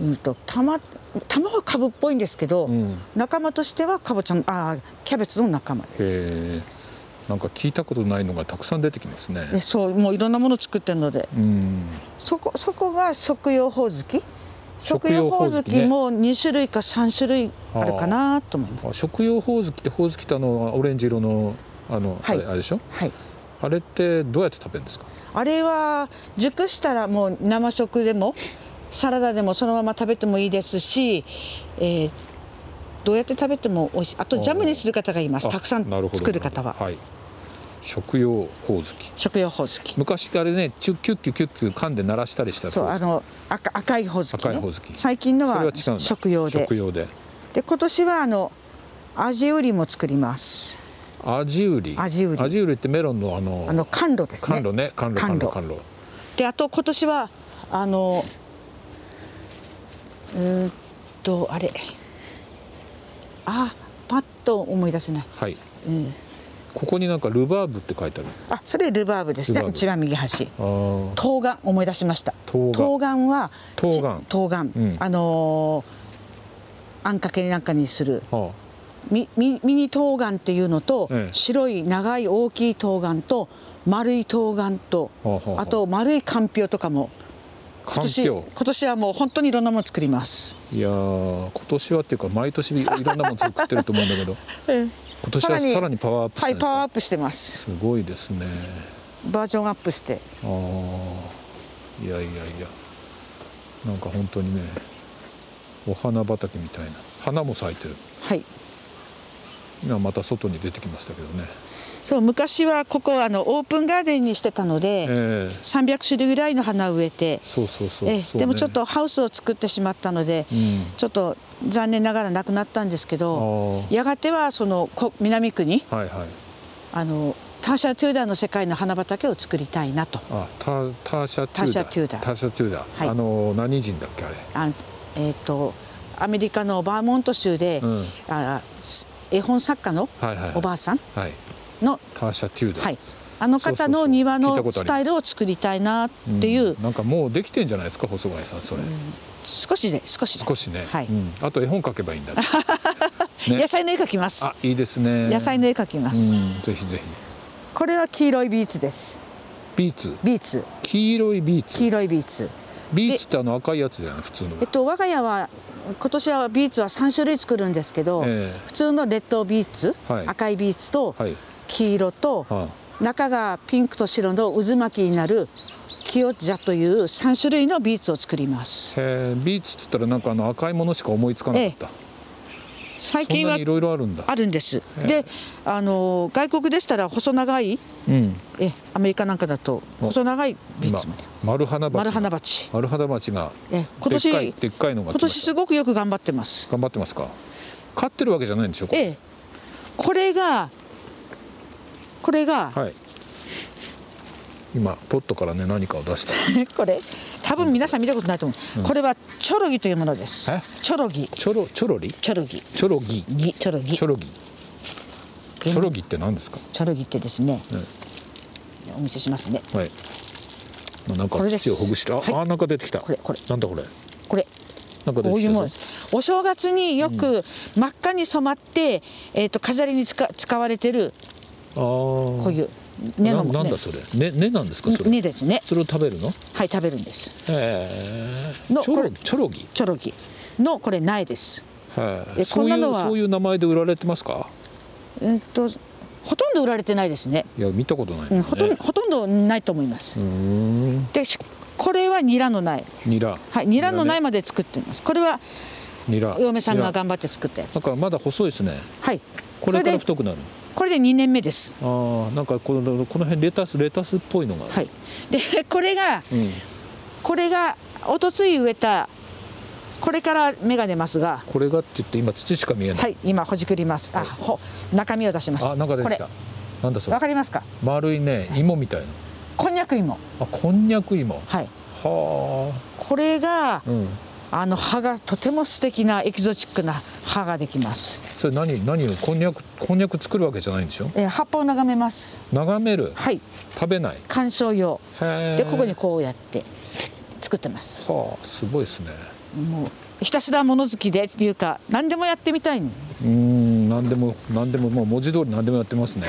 Speaker 2: うんと玉玉は株っぽいんですけど、
Speaker 1: うん。へ
Speaker 2: 仲間としてはかぼちゃのあーキャベツの仲間
Speaker 1: え。なんか聞いたことないのがたくさん出てきます
Speaker 2: え
Speaker 1: ね。
Speaker 2: そうもういろんなもの作ってるので
Speaker 1: うん。
Speaker 2: そこそこが食用ほおずき
Speaker 1: 食
Speaker 2: 食
Speaker 1: 用
Speaker 2: 用
Speaker 1: ほ
Speaker 2: ほ
Speaker 1: お
Speaker 2: お
Speaker 1: ず
Speaker 2: ず
Speaker 1: きね
Speaker 2: きも2種類か3種類あるかなと思います、
Speaker 1: あ食用ホオズキって、ホオズキってあの、オレンジ色の、あの、
Speaker 2: はい
Speaker 1: あれあれでしょ
Speaker 2: はい、
Speaker 1: あれって、どうやって食べるんですか。
Speaker 2: あれは熟したらもう生食でもサラダでもそのまま食べてもいいですし、えーどうやって食べても美味しいあとジャムにする方がいます
Speaker 1: あ
Speaker 2: たくさん
Speaker 1: なるほど
Speaker 2: 作る方は、
Speaker 1: はい。食用ホオズキ。
Speaker 2: 食用ほおずき
Speaker 1: 昔あれね、チュッキュッキュッキュッキュ噛んで鳴らしたりした
Speaker 2: そう
Speaker 1: ホオ
Speaker 2: あ
Speaker 1: ズキ
Speaker 2: の赤赤いほおずき,、
Speaker 1: 赤い
Speaker 2: ね
Speaker 1: ほおずき、
Speaker 2: 最近の
Speaker 1: それは
Speaker 2: は
Speaker 1: 違うんだ
Speaker 2: 食用で
Speaker 1: 食用で
Speaker 2: で今年はあの味売りも作ります。
Speaker 1: アジウリ
Speaker 2: アジウリ
Speaker 1: アジウリってメロンのあの
Speaker 2: あの甘露ですね。
Speaker 1: 甘露ね甘露甘露
Speaker 2: 甘露
Speaker 1: 甘露
Speaker 2: であと今年はあのうーんとあれあパッと思い出せない。
Speaker 1: はい
Speaker 2: うん、
Speaker 1: ここになんかルバーブって書いてある
Speaker 2: あそれルバーブですね
Speaker 1: ルバー。ブ
Speaker 2: 一番右端。
Speaker 1: あー
Speaker 2: 冬瓜思い出しました。
Speaker 1: 冬瓜
Speaker 2: は
Speaker 1: 冬瓜
Speaker 2: ち冬瓜
Speaker 1: うん
Speaker 2: あのーあんかけなんかにする
Speaker 1: は
Speaker 2: ミミミニ冬瓜っていうのと、
Speaker 1: ええ
Speaker 2: 白い長い大きい冬瓜と丸い冬瓜と、
Speaker 1: はあはあはあ
Speaker 2: あと丸いかんぴょうとかも今
Speaker 1: かん
Speaker 2: 年
Speaker 1: ぴょ
Speaker 2: 今
Speaker 1: う
Speaker 2: 年はもう本当にいろんなもの作ります。
Speaker 1: いやー今年はっていうか毎年いろんなもの作ってると思うんだけ ど今年は
Speaker 2: さらに
Speaker 1: さらにパワーアップした
Speaker 2: は
Speaker 1: んで
Speaker 2: い
Speaker 1: す
Speaker 2: パ
Speaker 1: か、
Speaker 2: ワーアップしてます。
Speaker 1: すごいですね
Speaker 2: バージョンアップして。
Speaker 1: ああいやいやいやなんか本当にねお花畑みたいな花も咲いてる
Speaker 2: はい。
Speaker 1: 今また外に出てきましたけどね、
Speaker 2: そう昔はここあのオープンガーデンにしてたので、
Speaker 1: ええ
Speaker 2: 300種類ぐらいの花を植えて、
Speaker 1: そうそうそう
Speaker 2: ええ
Speaker 1: そうね
Speaker 2: でもちょっとハウスを作ってしまったので、
Speaker 1: うん
Speaker 2: ちょっと残念ながらなくなったんですけ
Speaker 1: あ
Speaker 2: ど、
Speaker 1: ー
Speaker 2: やがてはそのこ南区に
Speaker 1: はいはい
Speaker 2: あのターシャ・トゥーダーの世界の花畑を作りたいなと
Speaker 1: あタターシャ・ト
Speaker 2: ターシャトゥ
Speaker 1: ゥー
Speaker 2: ー
Speaker 1: ダー
Speaker 2: ダー
Speaker 1: ターシャ・トゥーダー、
Speaker 2: はい
Speaker 1: あの何人だっけあれ
Speaker 2: あのえっ、とアメリカのバーモント州で、
Speaker 1: うん
Speaker 2: あす絵本作家の
Speaker 1: はいはいはい
Speaker 2: おばあさん
Speaker 1: はい
Speaker 2: の、
Speaker 1: ターシャ・トゥーダー、
Speaker 2: はい、あの
Speaker 1: そうそう
Speaker 2: 方
Speaker 1: そう
Speaker 2: の庭
Speaker 1: 聞いたことあ
Speaker 2: のス
Speaker 1: ります
Speaker 2: タイルを作りたいなっていう、
Speaker 1: んなんかもうできてんじゃないですか細貝さんそれ、
Speaker 2: 少しで少しで
Speaker 1: 少しね、
Speaker 2: はい
Speaker 1: うん、あと絵本描けばいいんだ ね
Speaker 2: 野菜の絵描きます
Speaker 1: あいいですね
Speaker 2: 野菜の絵描きま
Speaker 1: う
Speaker 2: す、
Speaker 1: ん、ぜひぜひ
Speaker 2: これは黄色いビーツです
Speaker 1: ビーツ
Speaker 2: ビーツ
Speaker 1: 黄色いビーツ
Speaker 2: 黄色いビーツ
Speaker 1: ビーツってあの赤いやつじゃない普通の、
Speaker 2: えっと我が家は今年はビーツは3種類作るんですけど、
Speaker 1: え
Speaker 2: 普通のレッドビーツ、
Speaker 1: はい
Speaker 2: 赤いビーツと
Speaker 1: えはい
Speaker 2: 黄色と、
Speaker 1: は
Speaker 2: 中がピンクと白の渦巻きになるキヨジャという3種類のビーツを作ります
Speaker 1: あ、へえビーツっつったらなんかあの赤いものしか思いつかなかった、
Speaker 2: 最
Speaker 1: そん
Speaker 2: 近
Speaker 1: な
Speaker 2: は
Speaker 1: にいろいろあるんだ
Speaker 2: あるんです、
Speaker 1: ええ
Speaker 2: であの外国でしたら細長い
Speaker 1: うん
Speaker 2: えアメリカなんかだと
Speaker 1: お
Speaker 2: 細長いビー
Speaker 1: 今
Speaker 2: ツも
Speaker 1: 丸花鉢
Speaker 2: 丸花
Speaker 1: が
Speaker 2: 鉢
Speaker 1: 丸花鉢が
Speaker 2: え今
Speaker 1: で
Speaker 2: 年
Speaker 1: っかいでっかいのが来ました
Speaker 2: 今年すごくよく頑張ってます
Speaker 1: 頑張ってますか飼ってるわけじゃないんでしょこれ
Speaker 2: ええこれがこれが、
Speaker 1: はい今ポットからね何かを出した
Speaker 2: これ多分皆さん見たことないと思う、これはチョロギというものです
Speaker 1: え
Speaker 2: チョロギ
Speaker 1: チョロチョロリ
Speaker 2: チョロギ
Speaker 1: チョロギ
Speaker 2: ギチョロギ
Speaker 1: チョロギチョロギって何ですか
Speaker 2: チャルギってですね、
Speaker 1: うん
Speaker 2: お見せしますね
Speaker 1: はい。まあなんか
Speaker 2: これです
Speaker 1: 土をほぐして、あ、
Speaker 2: は
Speaker 1: あなんか出てきた。
Speaker 2: これこれ
Speaker 1: なんだこれ。
Speaker 2: これ
Speaker 1: なんか出
Speaker 2: こ
Speaker 1: て
Speaker 2: う
Speaker 1: き
Speaker 2: い
Speaker 1: た
Speaker 2: うも
Speaker 1: ぞ
Speaker 2: のですお正月によく真っ赤に染まって、えー、と飾りに使使われてる
Speaker 1: ああ。
Speaker 2: こういう根
Speaker 1: ね
Speaker 2: の
Speaker 1: ななんだそれ。ねねなんですかそれ。
Speaker 2: 根ですね
Speaker 1: それを食べるの？
Speaker 2: はい食べるんです
Speaker 1: へえ。チ
Speaker 2: の
Speaker 1: ョ
Speaker 2: こ
Speaker 1: ロ
Speaker 2: れ
Speaker 1: ギチョロギ。
Speaker 2: チョロギのこれ苗です
Speaker 1: は
Speaker 2: え
Speaker 1: そうい
Speaker 2: こんな
Speaker 1: う
Speaker 2: のは
Speaker 1: そういう名前で売られてますか？
Speaker 2: うんとほとんど売られてないですね
Speaker 1: いや見たことない、
Speaker 2: う
Speaker 1: ね。
Speaker 2: んほとんどほとんどないと思います、
Speaker 1: うーん。
Speaker 2: でしこれはニラの苗
Speaker 1: ニラ。
Speaker 2: はいニラの苗
Speaker 1: ね
Speaker 2: まで作ってますこれは
Speaker 1: ニラ。
Speaker 2: お嫁さんが
Speaker 1: ニラ
Speaker 2: 頑張って作ったやつ
Speaker 1: なんかまだ細いですね。
Speaker 2: はい
Speaker 1: これから
Speaker 2: そで
Speaker 1: 太くなる。
Speaker 2: これで2年目です
Speaker 1: ああ、なんかこのこの辺レタスレタスっぽいのがある。
Speaker 2: はい、でこれが
Speaker 1: うん。
Speaker 2: これがおとつい植えたこれから芽が出ますが
Speaker 1: これがって言って今土しか見えない。
Speaker 2: はい今ほじくりますあほ中身を出します
Speaker 1: あ、なんか出てきた
Speaker 2: こ。
Speaker 1: なんだそ
Speaker 2: れ
Speaker 1: れ
Speaker 2: わ。かりますか
Speaker 1: 丸いね芋みたいな。
Speaker 2: こんにゃく芋
Speaker 1: あこんにゃく芋
Speaker 2: はい
Speaker 1: は
Speaker 2: これが
Speaker 1: あ、うん、
Speaker 2: あの葉がとても素敵なエキゾチックな葉ができます、
Speaker 1: それ何何をこんにゃくこんにゃく作るわけじゃないんでしょ
Speaker 2: えー葉っぱを眺めます
Speaker 1: 眺める
Speaker 2: はい
Speaker 1: 食べない
Speaker 2: 観賞用
Speaker 1: へえ
Speaker 2: でここにこうやって作ってます
Speaker 1: はあすごいですね
Speaker 2: もうひたすら物好きでっていうか何でもやってみたいの
Speaker 1: うーん何でも何でももう文字通り何でもやってますね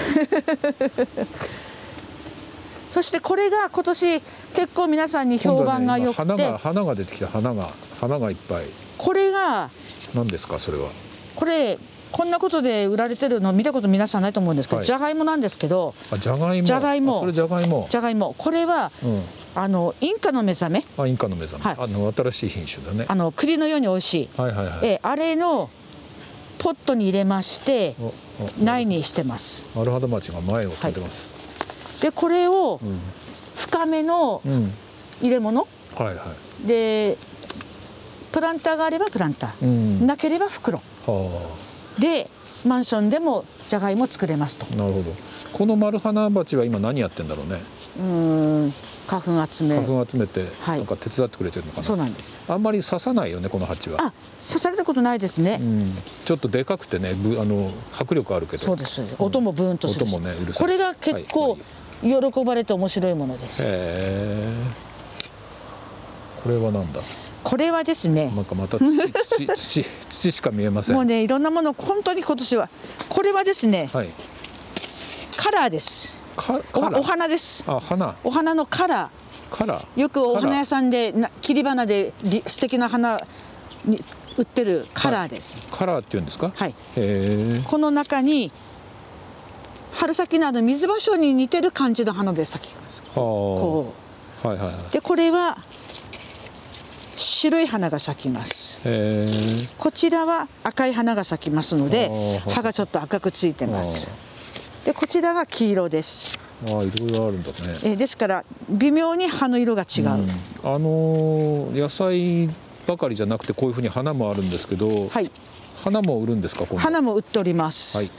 Speaker 2: そしてこれが今年結構皆さんに 評判が良く
Speaker 1: 今度はね
Speaker 2: て、
Speaker 1: 今花が花が出てきた花が花がいっぱい
Speaker 2: これが
Speaker 1: 何ですかそれは
Speaker 2: これこんなことで売られてるの見たこと皆さんないと思うんですけ
Speaker 1: は
Speaker 2: ど
Speaker 1: い
Speaker 2: じゃがいもなんですけど
Speaker 1: あじゃがいも
Speaker 2: じゃがいも
Speaker 1: あそれじゃがいも
Speaker 2: じゃがいもこれは
Speaker 1: うん
Speaker 2: あのインカの目覚め
Speaker 1: あインカの目覚め、あ
Speaker 2: はい
Speaker 1: の新しい品種だね
Speaker 2: あの栗のように美味しい、
Speaker 1: はいはいはい
Speaker 2: えーあれのポットに入れまして
Speaker 1: おお
Speaker 2: 苗にしてます
Speaker 1: 丸肌町が前を取ってます、
Speaker 2: でこれを
Speaker 1: ん
Speaker 2: 深めの
Speaker 1: うん
Speaker 2: 入れ物
Speaker 1: はいは
Speaker 2: でプランターがあればプランター、
Speaker 1: いうん
Speaker 2: なければ袋
Speaker 1: はあ
Speaker 2: でマンションでもじゃがいも作れますと
Speaker 1: なるほど。この丸花鉢は今何やってんだろうね。
Speaker 2: うーん花粉集め
Speaker 1: 花粉を集めて、
Speaker 2: はい
Speaker 1: なんか手伝ってくれてるのか
Speaker 2: そう
Speaker 1: な。
Speaker 2: なんです
Speaker 1: あんまり刺さないよね、この鉢は。
Speaker 2: あ刺されたことないですね、
Speaker 1: うん、ちょっとでかくてね、ぶあの迫力あるけど。
Speaker 2: そうですそうです音もブーンとするし
Speaker 1: 音もねうるさい
Speaker 2: これが結
Speaker 1: は
Speaker 2: 構
Speaker 1: い
Speaker 2: 喜ばれて面白いものです、
Speaker 1: へえ。これはなんだ。
Speaker 2: これはですね
Speaker 1: なんかまた土土土土しか見えません
Speaker 2: もうねいろんなもの本当に今年はこれはですね
Speaker 1: はい
Speaker 2: カラーです
Speaker 1: か
Speaker 2: お
Speaker 1: カラー
Speaker 2: お花です
Speaker 1: あ花
Speaker 2: お花のカラ
Speaker 1: カラー
Speaker 2: ーよくお花屋
Speaker 1: さ
Speaker 2: さんでな切り花でり素敵な花に売ってるカラーです、
Speaker 1: カラーって言うんですか
Speaker 2: はい
Speaker 1: へえ
Speaker 2: この中に春先のあの水芭蕉に似てる感じの花で咲きます
Speaker 1: は
Speaker 2: こ
Speaker 1: あはいはいはいう
Speaker 2: でこれは白い花が咲きます
Speaker 1: へえ
Speaker 2: こちらは赤い花が咲きますので
Speaker 1: あー
Speaker 2: 葉がちょっと赤くついてますでこちらが黄色です
Speaker 1: あーあーいろいろあるんだね
Speaker 2: えーですから微妙に葉の色が違う、
Speaker 1: あのー野菜ばかりじゃなくてこういうふうに花もあるんですけど、
Speaker 2: はい
Speaker 1: 花も売るんですか今度
Speaker 2: 花も売っております、
Speaker 1: はい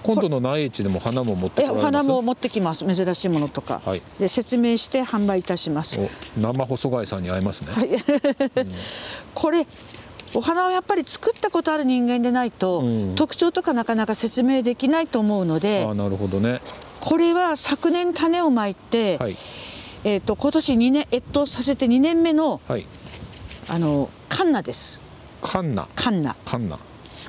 Speaker 1: 今度の内市でも花も持って
Speaker 2: え
Speaker 1: こられ
Speaker 2: お
Speaker 1: ます
Speaker 2: 花も持ってきます珍しいものとか、
Speaker 1: はい
Speaker 2: で説明して販売いたします
Speaker 1: お生細貝さんに会えますね、
Speaker 2: これお花をやっぱり作ったことある人間でないと、
Speaker 1: うん
Speaker 2: 特徴とかなかなか説明できないと思うので
Speaker 1: ああなるほどね
Speaker 2: これは昨年種をまいて、
Speaker 1: はい
Speaker 2: えー、と今年2年越冬させて2年目の
Speaker 1: はい
Speaker 2: あのカンナです
Speaker 1: カンナ
Speaker 2: カンナ
Speaker 1: カンナ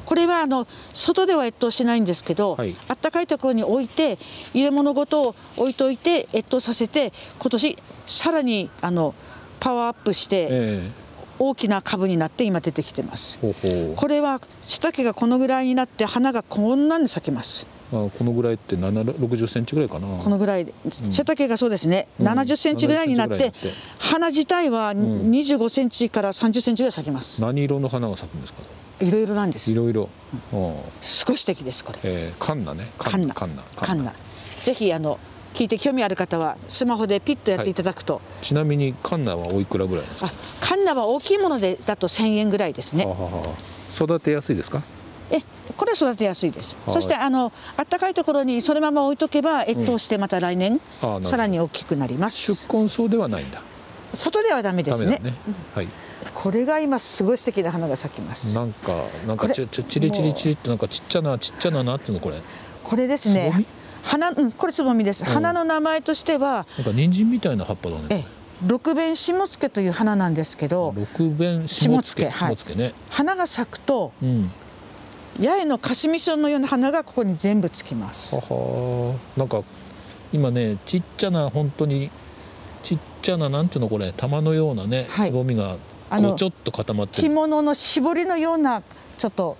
Speaker 2: これはあの外では越冬しないんですけど、
Speaker 1: はい
Speaker 2: あったかいところに置いて入れ物ごと置いといて越冬させて今年さらにあのパワーアップして
Speaker 1: え
Speaker 2: 大きな株になって今出てきてます
Speaker 1: え。ほうほう
Speaker 2: これは背丈がこのぐらいになって花がこんなんで咲きます
Speaker 1: まあこのぐらいって7 60センチぐらいかな
Speaker 2: このぐらいで背丈がそうですね、
Speaker 1: うん
Speaker 2: 70センチぐらいになっ
Speaker 1: 70セン
Speaker 2: て
Speaker 1: チぐらいにな
Speaker 2: 花自体は
Speaker 1: ん
Speaker 2: 25センチから30センチぐらい咲きます、
Speaker 1: 何色の花が咲くんですか
Speaker 2: いろいろなんで
Speaker 1: い
Speaker 2: す
Speaker 1: ろいろ、うん
Speaker 2: すごい素敵ですこれ
Speaker 1: えー、カンナね
Speaker 2: カンナ
Speaker 1: カンナ
Speaker 2: カンナぜひあの聞いて興味ある方はスマホでピッとやっていただくと、
Speaker 1: ちなみにカンナはおいくらぐらいなんですか
Speaker 2: あカンナは大きいものでだと1000円ぐらいですね
Speaker 1: ははは育てやすいですか
Speaker 2: えこれは育てやすいです、
Speaker 1: はい
Speaker 2: そしてあの暖かいところにそのまま置いとけば越冬してまた来年、
Speaker 1: あなるほど
Speaker 2: さらに大きくなります
Speaker 1: 宿根草ではないんだ
Speaker 2: 外ではダメで
Speaker 1: ダメ
Speaker 2: す
Speaker 1: だ
Speaker 2: ね
Speaker 1: ねはい
Speaker 2: これが今すごい素敵な花が咲きます
Speaker 1: なんかなんか
Speaker 2: これ
Speaker 1: ちちちりちりちりってなんかちっちゃなちっちゃななっていうのこれな
Speaker 2: これです
Speaker 1: つぼ
Speaker 2: ね
Speaker 1: み
Speaker 2: 花、うん、これつぼみです、
Speaker 1: ん
Speaker 2: 花の名前としては
Speaker 1: んか人参みたいな葉っぱだ
Speaker 2: え
Speaker 1: ね
Speaker 2: 六弁下野という花なんですけど
Speaker 1: 六弁下
Speaker 2: 下
Speaker 1: 付
Speaker 2: 野はい
Speaker 1: 下野ね、
Speaker 2: 花が咲くと
Speaker 1: うん
Speaker 2: 八重のカシミソのような花がここに全部つきます
Speaker 1: ははなんか今ねちっちゃな本当にちっちゃななんていうのこれ玉のようなね、
Speaker 2: はい
Speaker 1: つぼみが
Speaker 2: あの
Speaker 1: こうちょっと固まって
Speaker 2: 着
Speaker 1: る
Speaker 2: 物の絞りのようなちょっと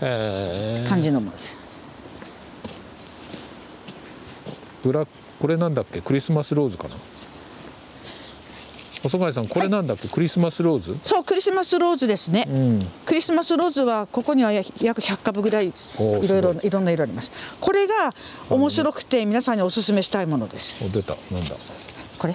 Speaker 1: へー
Speaker 2: 感じのものです、
Speaker 1: ブラこれなんだっけクリスマスローズかな細貝さんこれなんだっけ、クリスマスローズ
Speaker 2: そうクリスマスローズですね、
Speaker 1: うん
Speaker 2: クリスマスローズはここには約100株ぐらいい
Speaker 1: おー
Speaker 2: ろいろ
Speaker 1: すご
Speaker 2: いろんな色ありますこれが面白くて皆さんにお勧めしたいものです
Speaker 1: お出たなんだ
Speaker 2: これ、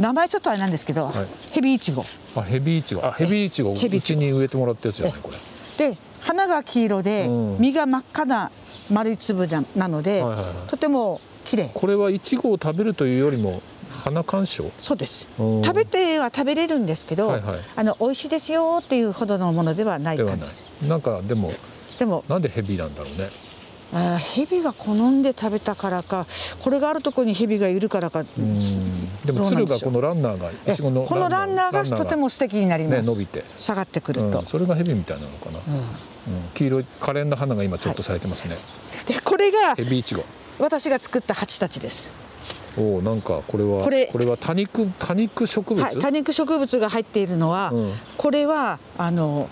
Speaker 2: 名前ちょっとあれなんですけど、
Speaker 1: はい
Speaker 2: ヘビイチゴ
Speaker 1: あヘビイチゴあヘビイチゴう
Speaker 2: ヘビイチ
Speaker 1: ち
Speaker 2: ゴ
Speaker 1: に植えてもらったやつじゃないこれ
Speaker 2: で花が黄色で、
Speaker 1: うん
Speaker 2: 実が真っ赤な丸い粒ななので、
Speaker 1: はいはいはい
Speaker 2: とても綺麗
Speaker 1: これはイチゴを食べるというよりも花鑑賞
Speaker 2: そうです
Speaker 1: うん
Speaker 2: 食べては食べれるんですけど、
Speaker 1: はいはい
Speaker 2: あの美味しいですよっていうほどのものではない
Speaker 1: では
Speaker 2: 感
Speaker 1: な
Speaker 2: じ
Speaker 1: いなんかでも
Speaker 2: でも
Speaker 1: なんでヘビなんだろうね
Speaker 2: あーヘビが好んで食べたからかこれがあるところにヘビがいるからか
Speaker 1: うんでも
Speaker 2: どうなん
Speaker 1: 鶴
Speaker 2: でしょ
Speaker 1: がこ
Speaker 2: う
Speaker 1: のランナーが
Speaker 2: え
Speaker 1: イチゴの
Speaker 2: このランナーがとても素敵になります、
Speaker 1: ね伸びて
Speaker 2: 下がってくると、
Speaker 1: うんそれがヘビみたいなのかな、うん
Speaker 2: うん
Speaker 1: 黄色い可憐な花が今ちょっと咲いてますね、
Speaker 2: でこれが
Speaker 1: ヘビイチゴ
Speaker 2: 私が作った蜂たちです
Speaker 1: おおなんかこれは
Speaker 2: こ
Speaker 1: こ
Speaker 2: れ
Speaker 1: れは多肉多肉植物、
Speaker 2: はい、多肉植物が入っているのは、
Speaker 1: うん
Speaker 2: これはあの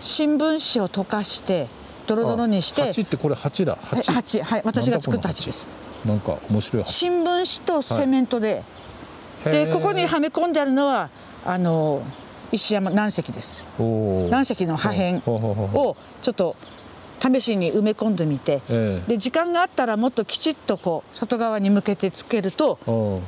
Speaker 2: 新聞紙を溶かしてドロドロにし
Speaker 1: あ鉢
Speaker 2: て
Speaker 1: ってこれ鉢だ
Speaker 2: え
Speaker 1: 鉢
Speaker 2: 鉢はい私が作った鉢です
Speaker 1: なんか面白い鉢
Speaker 2: 新聞紙とセメントで、
Speaker 1: へ
Speaker 2: で
Speaker 1: ー
Speaker 2: ここにはめ込んであるのはあの石山軟石です
Speaker 1: おー
Speaker 2: 軟石の破片
Speaker 1: ほうほうほうほう
Speaker 2: をちょっと試しに埋め込んでみて、
Speaker 1: ええ
Speaker 2: で時間があったらもっときちっとこう外側に向けてつけると
Speaker 1: うん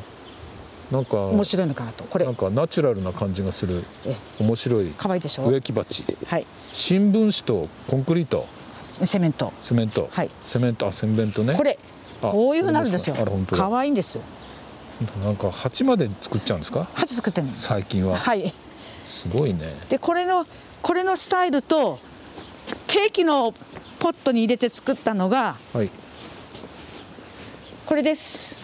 Speaker 1: なんか
Speaker 2: 面白いのかなとこれ
Speaker 1: なんかナチュラルな感じがする
Speaker 2: え
Speaker 1: 面白い
Speaker 2: 可愛いでしょ
Speaker 1: 植木鉢
Speaker 2: はい
Speaker 1: 新聞紙とコンクリート
Speaker 2: セメント
Speaker 1: セメント、
Speaker 2: はい
Speaker 1: セメントあセメントね
Speaker 2: これ
Speaker 1: あ
Speaker 2: こういうふうになるんですよ
Speaker 1: あれ本当だ
Speaker 2: 可愛いんです
Speaker 1: なんか鉢まで作っちゃうんですか
Speaker 2: 鉢作ってるんです
Speaker 1: 最近は、
Speaker 2: はい
Speaker 1: すごいね
Speaker 2: でこれのこれのスタイルとケーキのポットに入れて作ったのが
Speaker 1: はい
Speaker 2: これです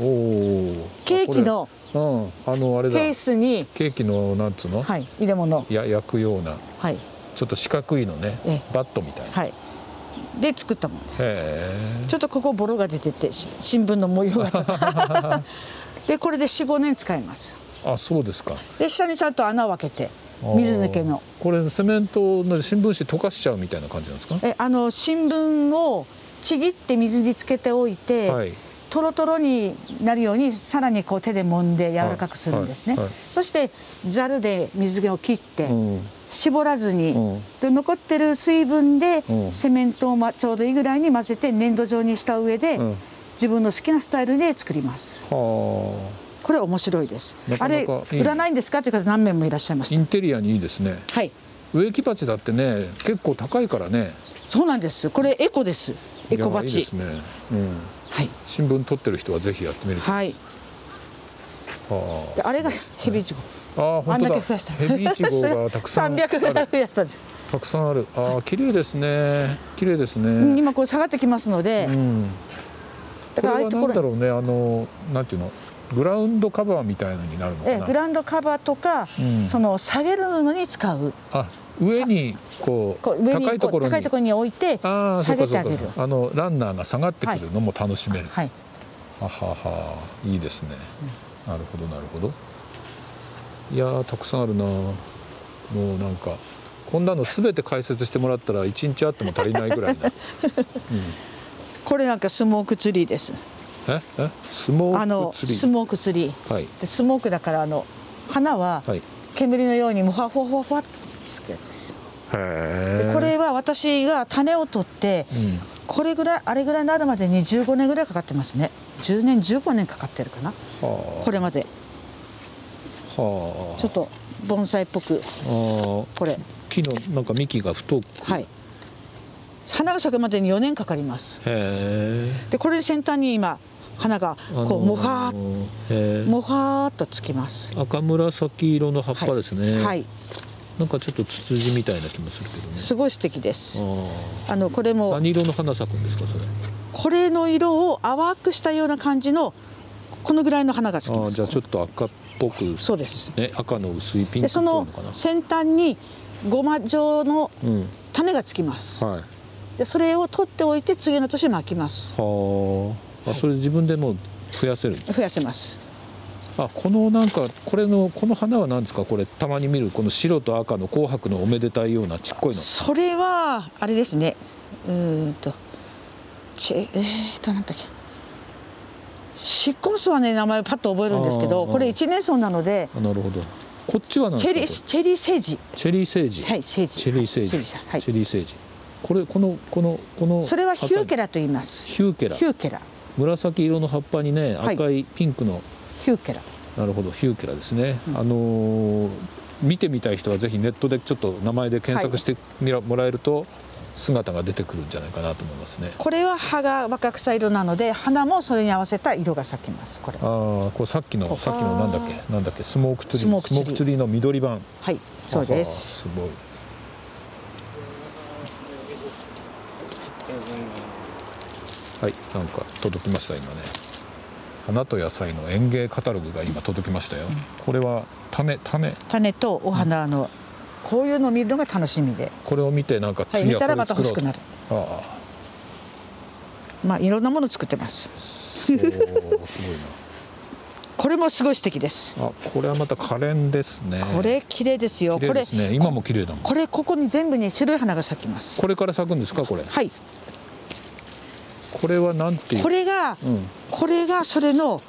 Speaker 1: おお
Speaker 2: ケーキの
Speaker 1: うんあのあれだ
Speaker 2: ケースに、
Speaker 1: ケーキのなんつうの、
Speaker 2: はい、入れ物
Speaker 1: や焼くような
Speaker 2: はい
Speaker 1: ちょっと四角いのね
Speaker 2: ええ
Speaker 1: バットみたいな、
Speaker 2: はいで作ったもの
Speaker 1: へ
Speaker 2: ちょっとここボロが出ててし新聞の模様がちょ っとでこれで45年使います
Speaker 1: えあそうですか
Speaker 2: で下にちゃんと穴を開けて水抜けの
Speaker 1: あーこれセメントの新聞紙溶かしちゃうみたいな感じなんですか
Speaker 2: えあの新聞をちぎって水につけておいて、
Speaker 1: はい
Speaker 2: トロトロになるようにさらにこう手で揉んで柔らかくするんですね、
Speaker 1: はいはい
Speaker 2: そしてざるで水気を切って、
Speaker 1: うん
Speaker 2: 絞らずに、
Speaker 1: うん
Speaker 2: で残ってる水分で
Speaker 1: うん
Speaker 2: セメントを、ま、ちょうどいいぐらいに混ぜて粘土状にした上で、
Speaker 1: うん
Speaker 2: 自分の好きなスタイルで作ります
Speaker 1: は
Speaker 2: これ面白いです
Speaker 1: なかなか
Speaker 2: あ
Speaker 1: い
Speaker 2: れ
Speaker 1: い
Speaker 2: 売らないんですかっていう方何名もいらっしゃいま
Speaker 1: あ
Speaker 2: し
Speaker 1: イ
Speaker 2: た
Speaker 1: ンテリアにいいですね
Speaker 2: はい
Speaker 1: 植木鉢だってね結構高いからね
Speaker 2: そうなんですこれエコですエコ
Speaker 1: いや
Speaker 2: バ
Speaker 1: いい
Speaker 2: チ
Speaker 1: ですね、うん、
Speaker 2: はい
Speaker 1: 新聞取ってる人はぜひやってみると
Speaker 2: はい
Speaker 1: は
Speaker 2: であれがヘビイチゴ
Speaker 1: ああー
Speaker 2: あ
Speaker 1: 本
Speaker 2: んだ
Speaker 1: 当
Speaker 2: け
Speaker 1: だ
Speaker 2: 増やした
Speaker 1: ヘビイチゴがたくさ んあ
Speaker 2: 300ぐらい
Speaker 1: る
Speaker 2: 増やしたんです
Speaker 1: たくさんあるああ綺麗ですね綺麗です
Speaker 2: うん
Speaker 1: ね
Speaker 2: 今こう下がってきますので、
Speaker 1: うん
Speaker 2: だ
Speaker 1: こ
Speaker 2: か
Speaker 1: れはいな
Speaker 2: らああうんとこ
Speaker 1: だ
Speaker 2: ろ
Speaker 1: ろうねあのなんていうのグラウンドカバーみたいのになるの
Speaker 2: ええ
Speaker 1: か
Speaker 2: グ
Speaker 1: な
Speaker 2: ラウンドカバーとか、
Speaker 1: うん
Speaker 2: その下げるのに使う
Speaker 1: あ上にこう
Speaker 2: こう上に
Speaker 1: 高いと
Speaker 2: こ
Speaker 1: こ
Speaker 2: う
Speaker 1: ろに
Speaker 2: 高いところに置いて
Speaker 1: ああ
Speaker 2: 下げてあげ
Speaker 1: そう
Speaker 2: る
Speaker 1: かそうかそうかあのランナーが下がってくるのも楽しめる、
Speaker 2: はい
Speaker 1: はははいいですね、なるほどなるほどいやーたくさんあるなもうなんかこんなの全て解説してもらったら一日あっても足りないぐら いな
Speaker 2: これなんかスモークツリーです
Speaker 1: ええスモ
Speaker 2: あ
Speaker 1: ー
Speaker 2: の
Speaker 1: クツリー
Speaker 2: スモークツリー
Speaker 1: はい
Speaker 2: でスモークだからあの花は
Speaker 1: はいへ
Speaker 2: 煙のようにもふわふわふわふわってつくやつですで
Speaker 1: え
Speaker 2: これは私が種を取って
Speaker 1: うん
Speaker 2: これぐらいあれぐらいになるまでに15年ぐらいかかってますね10年15年かかってるかな
Speaker 1: は
Speaker 2: これまで
Speaker 1: あはあ
Speaker 2: ちょっと盆栽っぽく
Speaker 1: あー
Speaker 2: これ
Speaker 1: 木のなんか幹が太く
Speaker 2: はい花が咲くまでに4年かかります
Speaker 1: へ
Speaker 2: でこれで先端に今花が
Speaker 1: え
Speaker 2: こうもはーっ
Speaker 1: へ
Speaker 2: もはーっとつきます
Speaker 1: え赤紫色の葉っぱですね、
Speaker 2: はい
Speaker 1: なんかちょっとツツジみたいな気もするけどね
Speaker 2: すごい素敵です
Speaker 1: あ
Speaker 2: あのこれ
Speaker 1: あ
Speaker 2: も
Speaker 1: 何色の花咲くんですかそれ
Speaker 2: これの色を淡くしたような感じのこのぐらいの花が咲き
Speaker 1: あ
Speaker 2: ま
Speaker 1: あ
Speaker 2: す
Speaker 1: じゃあちょっと赤っぽく
Speaker 2: そうです
Speaker 1: ね赤の薄いピンク
Speaker 2: で
Speaker 1: っぽ
Speaker 2: そ
Speaker 1: いの
Speaker 2: の
Speaker 1: かな
Speaker 2: 先端にごま状の
Speaker 1: うん
Speaker 2: 種がつきます、
Speaker 1: はい
Speaker 2: でそれを取っておいて次の年まきます
Speaker 1: はああそれ自分でもう増やせる
Speaker 2: 増やせます
Speaker 1: あこのなんかこれのこの花は何ですかこれたまに見るこの白と赤の紅白のおめでたいようなちっこいの
Speaker 2: それはあれですねうーんとちえー、っとなんだっけシッコンスはね名前パッと覚えるんですけ
Speaker 1: あ
Speaker 2: ど
Speaker 1: ー
Speaker 2: これ一年草なので
Speaker 1: あなるほどこっちは何です
Speaker 2: チ
Speaker 1: かこ
Speaker 2: ェリーチェリーセー
Speaker 1: れ
Speaker 2: ジ
Speaker 1: チェリーセージ
Speaker 2: はいセージ
Speaker 1: チェリーセージ
Speaker 2: チェリーさんはい
Speaker 1: チェリーセージこれこのこのこの
Speaker 2: それはヒューケ
Speaker 1: ラ
Speaker 2: ラと言います
Speaker 1: ヒューケラ
Speaker 2: ヒューケラ
Speaker 1: 紫色の葉っぱにね
Speaker 2: はい
Speaker 1: 赤いピンクの
Speaker 2: ヒューケラ
Speaker 1: なるほどヒューケラですね、あのー見てみたい人はぜひネットでちょっと名前で検索してみら、もらえると姿が出てくるんじゃないかなと思いますね
Speaker 2: これは葉が若草色なので花もそれに合わせた色が咲きますこれ
Speaker 1: ああこれさっきの
Speaker 2: ここ
Speaker 1: さっきのなんだっけなんだっけスモークツリー
Speaker 2: スモークツリー
Speaker 1: ツリーの緑版
Speaker 2: はいそうです
Speaker 1: あーすごいはいなんか届きました今ね花と野菜の園芸カタログが今届きましたよ、これは種種
Speaker 2: 種とお花のこういうのを見るのが楽しみで、
Speaker 1: これを見てなんか
Speaker 2: はい、
Speaker 1: 次
Speaker 2: 見
Speaker 1: は
Speaker 2: た
Speaker 1: こ
Speaker 2: ら
Speaker 1: れ
Speaker 2: また
Speaker 1: 作
Speaker 2: 欲
Speaker 1: ろう
Speaker 2: しく
Speaker 1: と、
Speaker 2: なる
Speaker 1: ああ
Speaker 2: まあいろんなものを作ってます
Speaker 1: おーすご
Speaker 2: これもすごい素敵です
Speaker 1: いな。あこれはまた可憐ですね。
Speaker 2: これ綺麗ですよ
Speaker 1: 綺麗です
Speaker 2: これ
Speaker 1: ね。今も綺麗だもん。
Speaker 2: これここに全部に白い花が咲きます
Speaker 1: これから咲くんですかこれ。
Speaker 2: はい
Speaker 1: これはなんていう。
Speaker 2: これが、
Speaker 1: うん
Speaker 2: これがそれの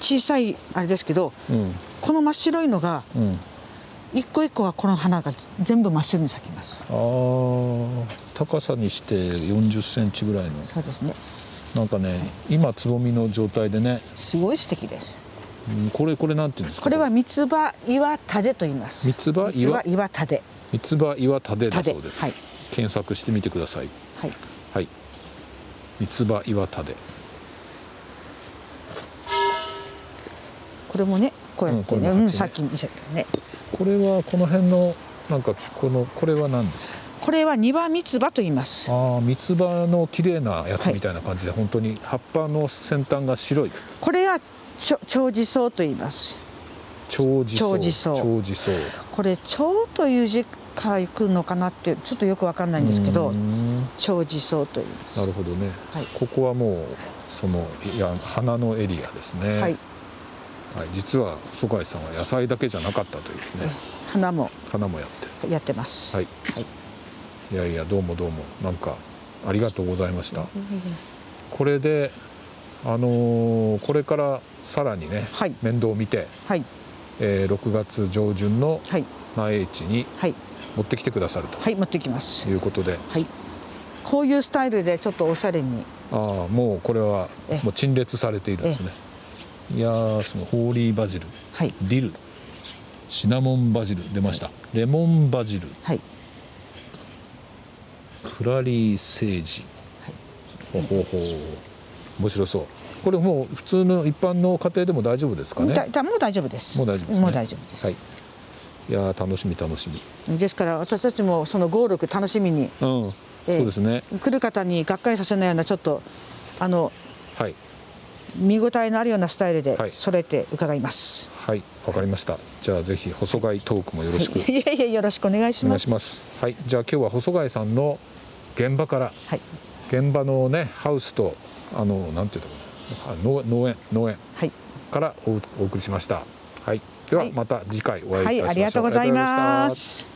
Speaker 2: 小さいあれですけど
Speaker 1: うん
Speaker 2: この真っ白いのが
Speaker 1: うん。
Speaker 2: 一個一個はこの花が全部真っ白に咲きます
Speaker 1: ああ高さにして40センチぐらいの
Speaker 2: そうですね
Speaker 1: なんかね今つぼみの状態でね。
Speaker 2: すごい素敵です
Speaker 1: うんこれこれなんていうんですか。
Speaker 2: これは三つ葉岩タデと言います
Speaker 1: 三つ葉岩
Speaker 2: 三葉岩タデ
Speaker 1: 三つ葉岩タデだそうです。
Speaker 2: タデはい
Speaker 1: 検索してみてください。
Speaker 2: はい
Speaker 1: はい。三つ葉岩タデ。
Speaker 2: これもねこうやってね,、
Speaker 1: う
Speaker 2: う
Speaker 1: これも鉢ね
Speaker 2: んんさっき見せたね
Speaker 1: これはこの辺のなんかこのこれは何ですか。
Speaker 2: これは庭三つ葉と言います
Speaker 1: ああ三つ葉の綺麗なやつみたいな感じで、本当に葉っぱの先端が白い
Speaker 2: これはちょ長寿草と言います
Speaker 1: 長寿草
Speaker 2: 長寿草
Speaker 1: 長寿草
Speaker 2: これ長という字から来るのかなってちょっとよくわかんないんですけ
Speaker 1: う
Speaker 2: ど
Speaker 1: ーん
Speaker 2: 長寿草と言います
Speaker 1: なるほどね、
Speaker 2: はい
Speaker 1: ここはもうそのいや花のエリアですね、
Speaker 2: はい、
Speaker 1: はい実は細貝さんは野菜だけじゃなかったというね
Speaker 2: 花も
Speaker 1: 花もやって
Speaker 2: やってます、
Speaker 1: はい、
Speaker 2: はい
Speaker 1: いやいやどうもどうもなんかありがとうございました、これであのーこれからさらにね、
Speaker 2: はい
Speaker 1: 面倒を見て、
Speaker 2: はい
Speaker 1: えー6月上旬の
Speaker 2: はい
Speaker 1: 苗市に
Speaker 2: はい
Speaker 1: 持ってきてくださる
Speaker 2: はい持ってきます
Speaker 1: ということで、
Speaker 2: はいこういうスタイルでちょっとおしゃれに
Speaker 1: ああもうこれは
Speaker 2: え
Speaker 1: もう陳列されているんですねいやーそのホーリーバジル
Speaker 2: はい
Speaker 1: ディルシナモンバジル出ました、レモンバジル
Speaker 2: はい
Speaker 1: クラリーセージ、ほほほ面白そうこれもう普通の一般の家庭でも大丈夫ですかね
Speaker 2: だだもう大丈夫です
Speaker 1: もう大丈夫です、ね、
Speaker 2: もう大丈夫です、
Speaker 1: はい、いやー楽しみ楽しみ
Speaker 2: ですから私たちもその合力楽しみに
Speaker 1: うん、
Speaker 2: ええ
Speaker 1: そうですね
Speaker 2: 来る方にがっかりさせないようなちょっとあの
Speaker 1: はい
Speaker 2: 見応えのあるようなスタイル
Speaker 1: はい
Speaker 2: で揃えて伺います、
Speaker 1: はいわかりましたじゃあぜひ細貝トークもよろしく
Speaker 2: い、やいやよろしくお願いし
Speaker 1: お願
Speaker 2: ま
Speaker 1: い
Speaker 2: す
Speaker 1: しますはいじゃあ今日は細貝さんの現場から
Speaker 2: はい
Speaker 1: 現場のねハウスとあのなんていうところあ農農園農園
Speaker 2: はい
Speaker 1: からおお送りしました。はい。では
Speaker 2: はい
Speaker 1: また次回お会いいたしましょう。
Speaker 2: はいありがとうござい
Speaker 1: ありがとうござい
Speaker 2: ま
Speaker 1: ました
Speaker 2: す